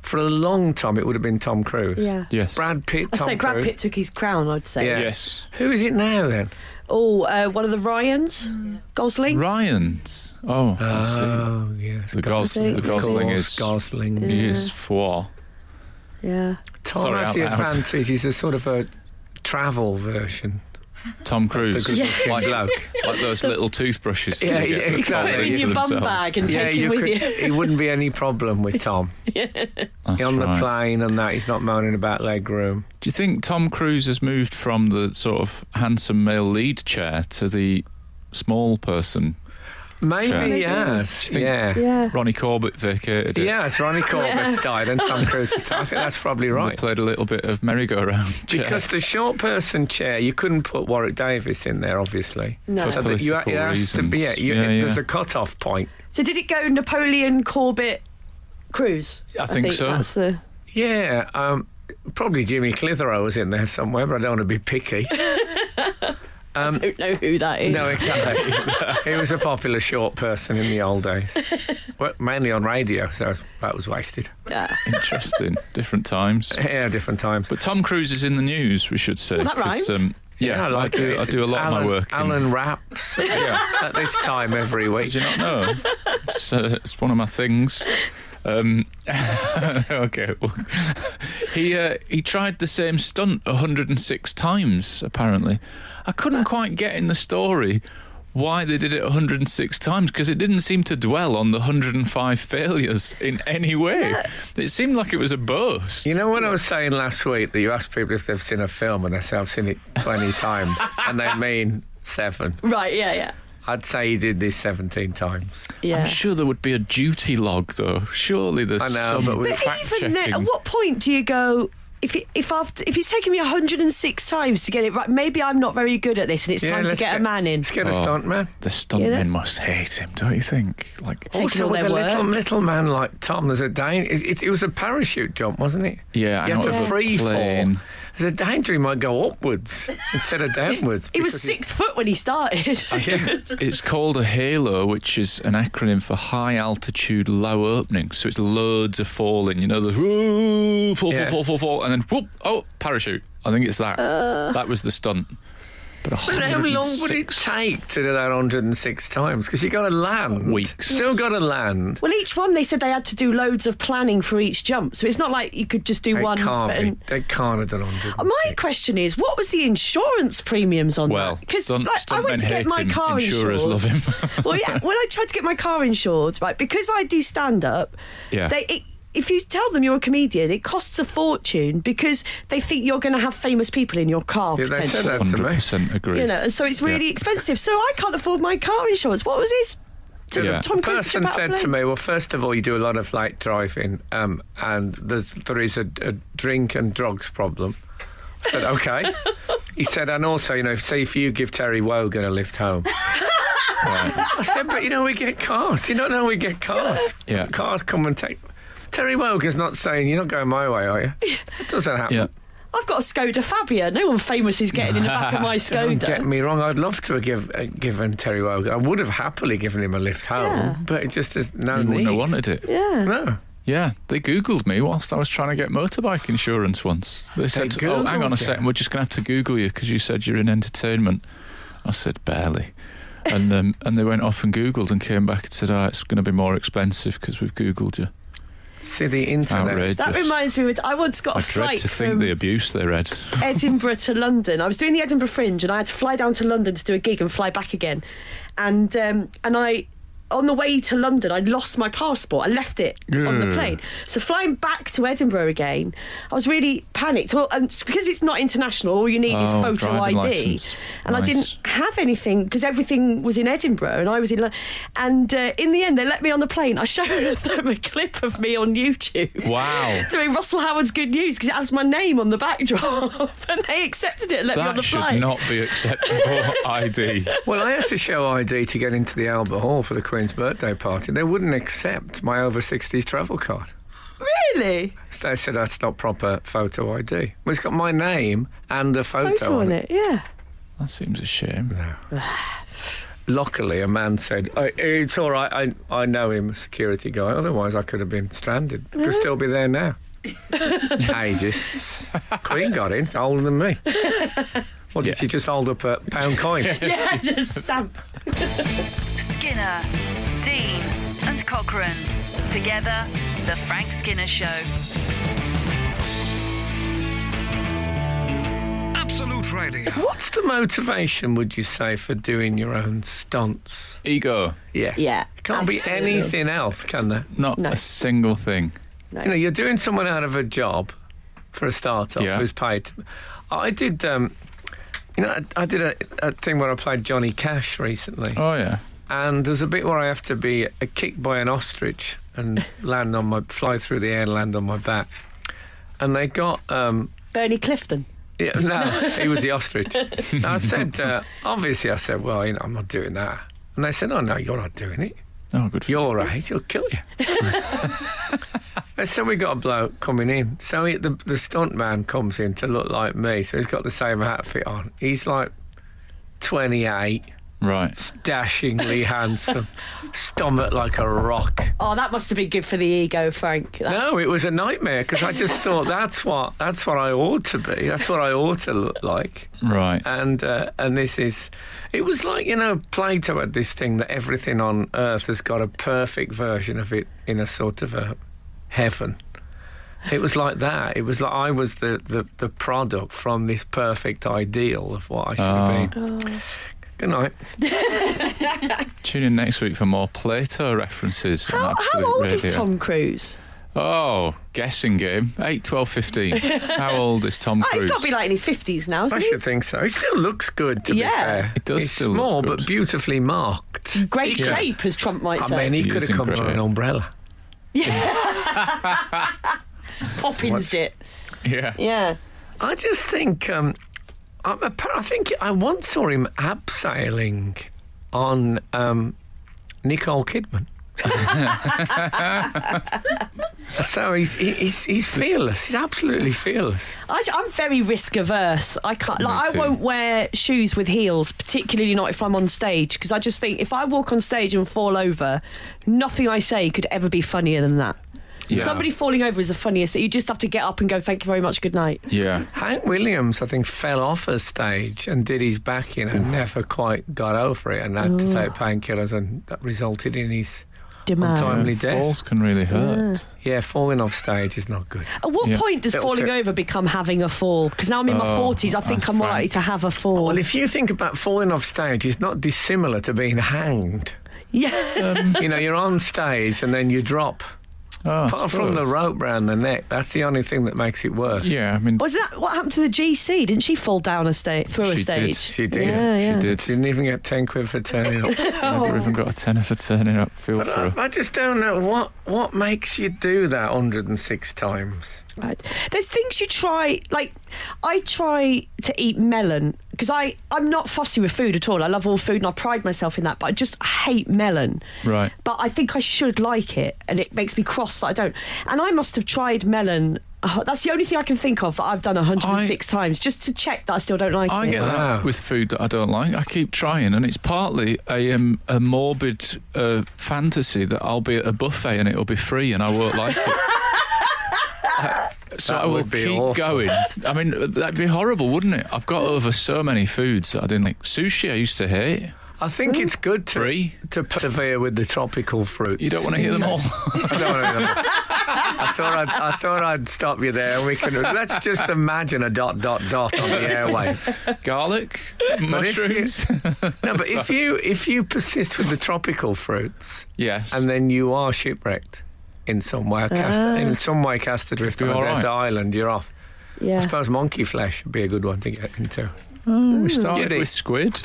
Speaker 2: for a long time it would have been Tom Cruise.
Speaker 3: Yeah.
Speaker 4: Yes.
Speaker 2: Brad Pitt,
Speaker 3: I
Speaker 2: Tom
Speaker 3: say Brad
Speaker 2: Cruise.
Speaker 3: Pitt took his crown, I'd say.
Speaker 2: Yeah.
Speaker 4: Yes.
Speaker 2: Who is it now then?
Speaker 3: Oh, uh, one of the Ryans? Gosling?
Speaker 4: Ryan's. Oh, I
Speaker 2: Oh, yes.
Speaker 4: The Gos-
Speaker 3: the
Speaker 4: Gosling
Speaker 2: Of
Speaker 4: is-
Speaker 2: course, Gosling.
Speaker 4: see. He is four.
Speaker 3: Yeah.
Speaker 2: Tom
Speaker 4: Sorry,
Speaker 2: has
Speaker 4: out
Speaker 2: the
Speaker 4: loud.
Speaker 2: advantage. He's a sort of a travel version
Speaker 4: Tom Cruise,
Speaker 2: Because of
Speaker 4: like,
Speaker 2: Bloke.
Speaker 4: like those little toothbrushes. that
Speaker 2: Yeah,
Speaker 4: you get
Speaker 2: yeah,
Speaker 4: that
Speaker 2: exactly.
Speaker 4: fold
Speaker 2: Put it in
Speaker 4: into
Speaker 2: your
Speaker 3: bum
Speaker 4: themselves.
Speaker 3: bag and- Take him with you.
Speaker 2: it wouldn't be any problem with Tom.
Speaker 4: That's
Speaker 2: on the
Speaker 4: right.
Speaker 2: plane and that, he's not moaning about leg room.
Speaker 4: Do you think Tom Cruise has moved from the sort of handsome male lead chair to the small person?
Speaker 2: Maybe,
Speaker 4: Sure. Maybe.
Speaker 2: yes.
Speaker 4: Do you think-
Speaker 2: yeah. yeah.
Speaker 3: Yeah.
Speaker 4: Ronnie Corbett vacated it.
Speaker 2: it's Ronnie Corbett's died and Tom Cruise. has died. I think that's probably
Speaker 4: They
Speaker 2: right.
Speaker 4: played a little bit of merry-go-round. chair.
Speaker 2: Because the short person chair, you couldn't put Warwick Davis in there, obviously.
Speaker 3: No. For
Speaker 2: So that you, it
Speaker 4: political
Speaker 2: has to be, yeah,
Speaker 4: reasons.
Speaker 2: you,
Speaker 4: Yeah, yeah.
Speaker 2: there's a cut-off point.
Speaker 3: So did it go Napoleon Corbett Cruise?
Speaker 4: I think so.
Speaker 3: That's the
Speaker 2: Yeah, um, probably Jimmy Clitheroe was in there somewhere, but I don't want to be picky. Um,
Speaker 3: don't know who that is.
Speaker 2: no, exactly. he was a popular short person in the old days, well, mainly on radio, so that was wasted.
Speaker 3: Yeah.
Speaker 4: Interesting. Different times.
Speaker 2: Yeah, different times.
Speaker 4: But Tom Cruise is in the news, we should say.
Speaker 2: Oh,
Speaker 3: Well, that
Speaker 4: 'cause, um,
Speaker 3: rhymes.
Speaker 4: yeah, I, do.
Speaker 2: it.
Speaker 4: I do a lot of
Speaker 2: Alan-
Speaker 4: my work. in-
Speaker 2: Alan raps at this time every
Speaker 4: Did
Speaker 2: week.
Speaker 4: you not know? it's, uh, it's one of my things. Um, okay. Well, he uh, he tried the same stunt 106 times. Apparently, I couldn't quite get in the story why they did it 106 times because it didn't seem to dwell on the 105 failures in any way. It seemed like it was a boast.
Speaker 2: You know when I was saying last week that you ask people if they've seen a film and they say I've seen it 20 times and they mean seven.
Speaker 3: Right. Yeah. Yeah.
Speaker 2: I'd say he did this 17 times.
Speaker 3: Yeah.
Speaker 4: I'm sure there would be a duty log, though. Surely there's
Speaker 2: I know,
Speaker 4: some
Speaker 2: but we-
Speaker 3: But
Speaker 4: fact
Speaker 3: even then, at
Speaker 4: checking.
Speaker 3: what point do you go? If it, if after if it's taken me 106 times to get it right, maybe I'm not very good at this, and it's
Speaker 2: Yeah,
Speaker 3: time to
Speaker 2: let's
Speaker 3: get, a man in.
Speaker 2: Let's get a
Speaker 4: Oh.
Speaker 2: stunt man.
Speaker 4: The stuntmen
Speaker 3: You know?
Speaker 4: must hate him, don't you think? Like,
Speaker 3: Taking
Speaker 2: also
Speaker 3: all
Speaker 2: with
Speaker 3: their
Speaker 2: a little,
Speaker 3: work.
Speaker 2: little man like Tom, there's a danger. It, it, it was a parachute jump, wasn't it?
Speaker 4: Yeah, I
Speaker 2: you
Speaker 4: know
Speaker 2: had
Speaker 4: it was
Speaker 2: to
Speaker 4: a
Speaker 2: free
Speaker 4: plane.
Speaker 2: fall. There's a danger he might go upwards instead of downwards.
Speaker 3: He was
Speaker 2: because
Speaker 3: six foot when he started.
Speaker 2: Yeah.
Speaker 4: It's called a halo, which is an acronym for high altitude, low opening. So it's loads of falling. You know, the "Ooh, fall,
Speaker 2: Yeah.
Speaker 4: fall, fall, fall, fall, and then whoop, oh, parachute. I think it's that. that was the stunt. But
Speaker 2: Uh. But how long would it
Speaker 4: 106
Speaker 2: take to do that 106 times? Because you got to land.
Speaker 4: Weeks.
Speaker 2: Still got to land.
Speaker 3: well, each one they said they had to do loads of planning for each jump, so it's not like you could just do
Speaker 2: They
Speaker 3: one.
Speaker 2: can't
Speaker 3: and-
Speaker 2: be. They can't have done 100.
Speaker 3: My question is, what was the insurance premiums on
Speaker 4: Well,
Speaker 3: that? Because
Speaker 4: stunt,
Speaker 3: I
Speaker 4: stuntmen
Speaker 3: went to
Speaker 4: hate
Speaker 3: get my
Speaker 4: him.
Speaker 3: car
Speaker 4: Insurers
Speaker 3: insured.
Speaker 4: love him.
Speaker 3: well, yeah, when I tried to get my car insured, right, because I do stand up,
Speaker 4: Yeah.
Speaker 3: they. It, if you tell them you're a comedian, it costs a fortune because they think you're going to have famous people in your car.
Speaker 2: Yeah, they said
Speaker 3: potentially.
Speaker 2: that to me.
Speaker 4: 100% agree.
Speaker 3: You know, and so it's really
Speaker 4: Yeah.
Speaker 3: expensive. So I can't afford my car insurance. What was his? To
Speaker 4: Yeah.
Speaker 3: Tom Cruise to
Speaker 2: person
Speaker 3: jump out a
Speaker 2: said to
Speaker 3: plane?
Speaker 2: me, "Well, first of all, you do a lot of like driving, um, and there's, there is a, a drink and drugs problem." I said, "Okay." he said, "And also, you know, say if you give Terry Wogan a lift home." I said, "But you know, we get cars. You don't know we get cars.
Speaker 4: Yeah.
Speaker 2: cars come and take." Terry Wogan's not saying you're not going my way, are you? It doesn't happen.
Speaker 4: Yeah.
Speaker 3: I've got a Skoda Fabia. No one famous is getting in the back of my
Speaker 2: Don't
Speaker 3: Skoda.
Speaker 2: get me wrong. I'd love to have give, uh, given Terry Wogan. I would have happily given him a lift home,
Speaker 3: Yeah.
Speaker 2: but it just is no
Speaker 4: You
Speaker 2: need.
Speaker 4: wouldn't have wanted it.
Speaker 3: yeah.
Speaker 2: No.
Speaker 4: Yeah, they Googled me whilst I was trying to get motorbike insurance once. They said, Oh, hang on a
Speaker 2: Googled you?
Speaker 4: second, we're just going to have to Google you because you said you're in entertainment. I said, Barely. And um, and they went off and Googled and came back and said, Oh, it's going to be more expensive because we've Googled you.
Speaker 2: See the internet.
Speaker 4: Outrageous.
Speaker 3: That reminds me, I once got a
Speaker 4: I dread
Speaker 3: flight
Speaker 4: to
Speaker 3: from
Speaker 4: think the abuse they read.
Speaker 3: Edinburgh to London. I was doing the Edinburgh Fringe, and I had to fly down to London to do a gig and fly back again. And um, and I, on the way to London, I lost my passport. I left it on the plane. So flying back to Edinburgh again, I was really panicked. Well, and it's because it's not international, all you need
Speaker 4: Oh,
Speaker 3: is photo ID,
Speaker 4: driving licence.
Speaker 3: and I
Speaker 4: Nice.
Speaker 3: didn't have anything because everything was in Edinburgh and I was in London. And uh, in the end, they let me on the plane. I showed them a clip of me on YouTube
Speaker 4: Wow.
Speaker 3: doing Russell Howard's Good News because it has my name on the backdrop, and they accepted it and let me on the
Speaker 4: that should
Speaker 3: flight.
Speaker 4: not be acceptable ID.
Speaker 2: Well, I had to show ID to get into the Albert Hall for the Queen's birthday party. They wouldn't accept my over 60s travel card.
Speaker 3: Really?
Speaker 2: So they said that's not proper photo ID. Well, it's got my name and the photo,
Speaker 3: Photo on it, yeah.
Speaker 4: That seems a shame.
Speaker 2: Luckily, a man said, oh, It's all right, I, I know him, a security guy. Otherwise, I could have been stranded. Could still be there now. Ageists. Queen got in, it's older than me. What did she just hold up a pound coin?
Speaker 3: Yeah, just stamp.
Speaker 1: Skinner, Dean, and Cochrane. Together, The Frank Skinner Show.
Speaker 6: Absolute Radio.
Speaker 2: What's the motivation, would you say, for doing your own stunts?
Speaker 4: Ego.
Speaker 2: Yeah.
Speaker 3: Yeah,
Speaker 2: Can't be
Speaker 3: absolutely.
Speaker 2: anything else, can there?
Speaker 4: Not
Speaker 3: No.
Speaker 4: a single thing.
Speaker 2: You know, you're doing someone out of a job for a start off
Speaker 4: Yeah.
Speaker 2: who's paid. I did, um, you know, I, I did a, a thing where I played Johnny Cash recently.
Speaker 4: Oh, yeah.
Speaker 2: and there's a bit where I have to be a kicked by an ostrich and land on my fly through the air and land on my back. And they got um,
Speaker 3: Bernie Clifton.
Speaker 2: yeah, no, he was the ostrich. And I said, uh, obviously, I said, well, you know, I'm not doing that. And they said, oh no, you're not doing it.
Speaker 4: Oh, good. For
Speaker 2: Your age, he'll kill you. and so we got a bloke coming in. So he, the the stunt man comes in to look like me. So he's got the same outfit on. He's like 28
Speaker 4: right.
Speaker 2: dashingly handsome, stomach like a rock.
Speaker 3: Oh, that must have been good for the ego, Frank. That-
Speaker 2: No, it was a nightmare because I just thought that's what that's what I ought to be. That's what I ought to look like.
Speaker 4: Right.
Speaker 2: And uh, and this is, it was like you know Plato had this thing that everything on earth has got a perfect version of it in a sort of a heaven. It was like that. It was like I was the, the, the product from this perfect ideal of what I should have
Speaker 3: Oh.
Speaker 2: been. Good night.
Speaker 4: Tune in next week for more Plato references. on
Speaker 3: How, how
Speaker 4: Absolute
Speaker 3: old
Speaker 4: Radio.
Speaker 3: is Tom Cruise?
Speaker 4: Oh, guessing game. 8, 12, 15. How old is Tom
Speaker 3: Oh,
Speaker 4: Cruise?
Speaker 3: he's got to be like in his 50s now,
Speaker 2: I
Speaker 3: isn't
Speaker 2: should think so. He still looks good, to
Speaker 3: Yeah.
Speaker 2: be fair.
Speaker 4: It does
Speaker 2: He's
Speaker 4: still look
Speaker 2: small,
Speaker 4: good.
Speaker 2: but beautifully marked.
Speaker 3: he? Great
Speaker 4: Yeah.
Speaker 3: shape, as Trump might
Speaker 2: I
Speaker 3: say.
Speaker 2: mean, he
Speaker 4: He
Speaker 2: could
Speaker 4: is
Speaker 2: have come from an
Speaker 4: incredible.
Speaker 2: umbrella.
Speaker 3: Poppins it.
Speaker 4: Yeah.
Speaker 3: Yeah.
Speaker 2: I just think um, I'm a, I think I once saw him abseiling on um, Nicole Kidman. so he's, he- he's he's fearless. He's absolutely fearless.
Speaker 3: I, am very risk averse. I can't. Like, I
Speaker 4: too.
Speaker 3: won't wear shoes with heels, particularly not if I'm on stage, because I just think if I walk on stage and fall over, nothing I say could ever be funnier than that.
Speaker 4: Yeah.
Speaker 3: Somebody falling over is the funniest. That you just have to get up and go, "Thank you very much, good night."
Speaker 4: Yeah.
Speaker 2: Hank Williams, I think, fell off a stage and did his back in and never quite got over it and had to take painkillers, and that resulted in his
Speaker 3: Demand.
Speaker 2: Untimely
Speaker 4: Yeah,
Speaker 2: death.
Speaker 4: Falls can really hurt.
Speaker 2: yeah falling off stage is not good.
Speaker 3: At what
Speaker 4: Yeah.
Speaker 3: point does
Speaker 2: Little
Speaker 3: falling
Speaker 2: tip.
Speaker 3: over become having a fall? Because now I'm in my
Speaker 4: Oh,
Speaker 3: forties. I think
Speaker 4: that's
Speaker 3: I'm more
Speaker 4: Frank. Oh,
Speaker 3: likely to have a fall.
Speaker 2: Well, if you think about falling off stage, it's not dissimilar to being hanged.
Speaker 3: yeah.
Speaker 4: Um,
Speaker 2: you know, you're on stage and then you drop.
Speaker 4: Oh, I
Speaker 2: Apart from the
Speaker 4: suppose.
Speaker 2: rope round the neck, that's the only thing that makes it worse.
Speaker 4: Yeah, I mean,
Speaker 3: Was that what happened to the GC? Didn't she fall down a stage through a
Speaker 4: She
Speaker 3: stage?
Speaker 4: did.
Speaker 2: She did.
Speaker 3: Yeah, yeah.
Speaker 4: she did.
Speaker 2: She didn't even get 10 quid for turning up.
Speaker 4: Never even got a tenner for turning up. Feel
Speaker 2: But uh,
Speaker 4: for her.
Speaker 2: I, I just don't know what, what makes you do that 106 times.
Speaker 3: Right. There's things you try. Like, I try to eat melon because I I'm not fussy with food at all. I love all food and I pride myself in that. But I just hate melon.
Speaker 4: Right.
Speaker 3: But I think I should like it, and it makes me cross that I don't. And I must have tried melon. uh, That's the only thing I can think of that I've done 106 times just to check that I still don't like
Speaker 4: I
Speaker 3: it.
Speaker 4: get
Speaker 2: Wow.
Speaker 4: that with food that I don't like. I keep trying, and it's partly a um, a morbid uh, fantasy that I'll be at a buffet and it'll be free, and I won't like it. I- So
Speaker 2: That
Speaker 4: I will
Speaker 2: would be
Speaker 4: keep
Speaker 2: awful.
Speaker 4: going. I mean, that'd be horrible, wouldn't it? I've got over so many foods that I didn't like. Sushi, I used to hate.
Speaker 2: I think it's good to,
Speaker 4: Hmm. Three.
Speaker 2: to persevere with the tropical fruits.
Speaker 4: You don't want to hear them all.
Speaker 2: I don't wanna hear them. I thought I'd, I thought I'd stop you there. and We can let's just imagine a dot dot dot on the airwaves.
Speaker 4: Garlic,
Speaker 2: if you-
Speaker 4: mushrooms.
Speaker 2: No, but if you if you persist with the tropical fruits,
Speaker 4: yes.
Speaker 2: and then you are shipwrecked in some way, cast,
Speaker 3: Ah.
Speaker 2: in some way cast adrift on
Speaker 4: Be
Speaker 2: a
Speaker 4: all right.
Speaker 2: desert island, you're off. I
Speaker 3: yeah.
Speaker 2: suppose monkey flesh would be a good one to get into.
Speaker 4: we
Speaker 2: you
Speaker 4: started
Speaker 2: did.
Speaker 4: with squid.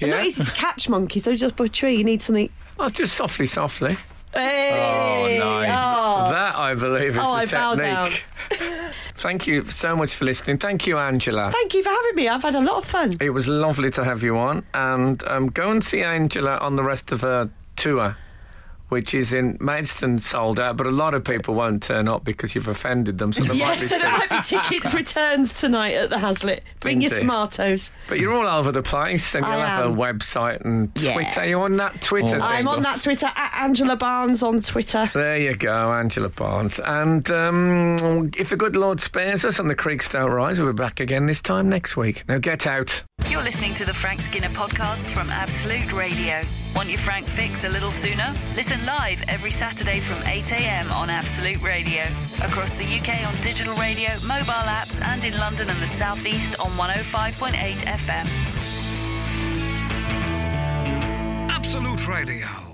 Speaker 3: They're
Speaker 2: Yeah?
Speaker 3: not easy to catch monkeys. They're just by a tree. You need something.
Speaker 2: Oh, just softly, softly.
Speaker 3: Hey!
Speaker 4: Oh, nice.
Speaker 3: Oh.
Speaker 2: That I believe is
Speaker 3: Oh,
Speaker 2: the
Speaker 3: I bow down.
Speaker 2: technique. Thank you so much for listening. Thank you, Angela.
Speaker 3: Thank you for having me. I've had a lot of fun.
Speaker 2: it was lovely to have you on, and um, go and see Angela on the rest of her tour. Which is in Maidstone sold out, but a lot of people won't turn up because you've offended them. So there
Speaker 3: yes,
Speaker 2: might be
Speaker 3: so there
Speaker 2: seats.
Speaker 3: might be tickets returns tonight at the Hazlitt. Bring your
Speaker 2: Indeed.
Speaker 3: tomatoes.
Speaker 2: But you're all over the place, and
Speaker 3: I
Speaker 2: you'll have a
Speaker 3: am.
Speaker 2: website and
Speaker 3: Yeah.
Speaker 2: Twitter. You're on that Twitter
Speaker 4: All
Speaker 2: thing.
Speaker 3: I'm on that Twitter at Angela Barnes on Twitter.
Speaker 2: There you go, Angela Barnes. And um, if the good Lord spares us and the creeks don't rise, we'll be back again this time next week. Now get out.
Speaker 1: You're listening to the Frank Skinner podcast from Absolute Radio. Want your Frank fix a little sooner? Listen live every Saturday from 8am on Absolute Radio. Across the UK on digital radio, mobile apps, and in London and the South East on 105.8 FM.
Speaker 6: Absolute Radio.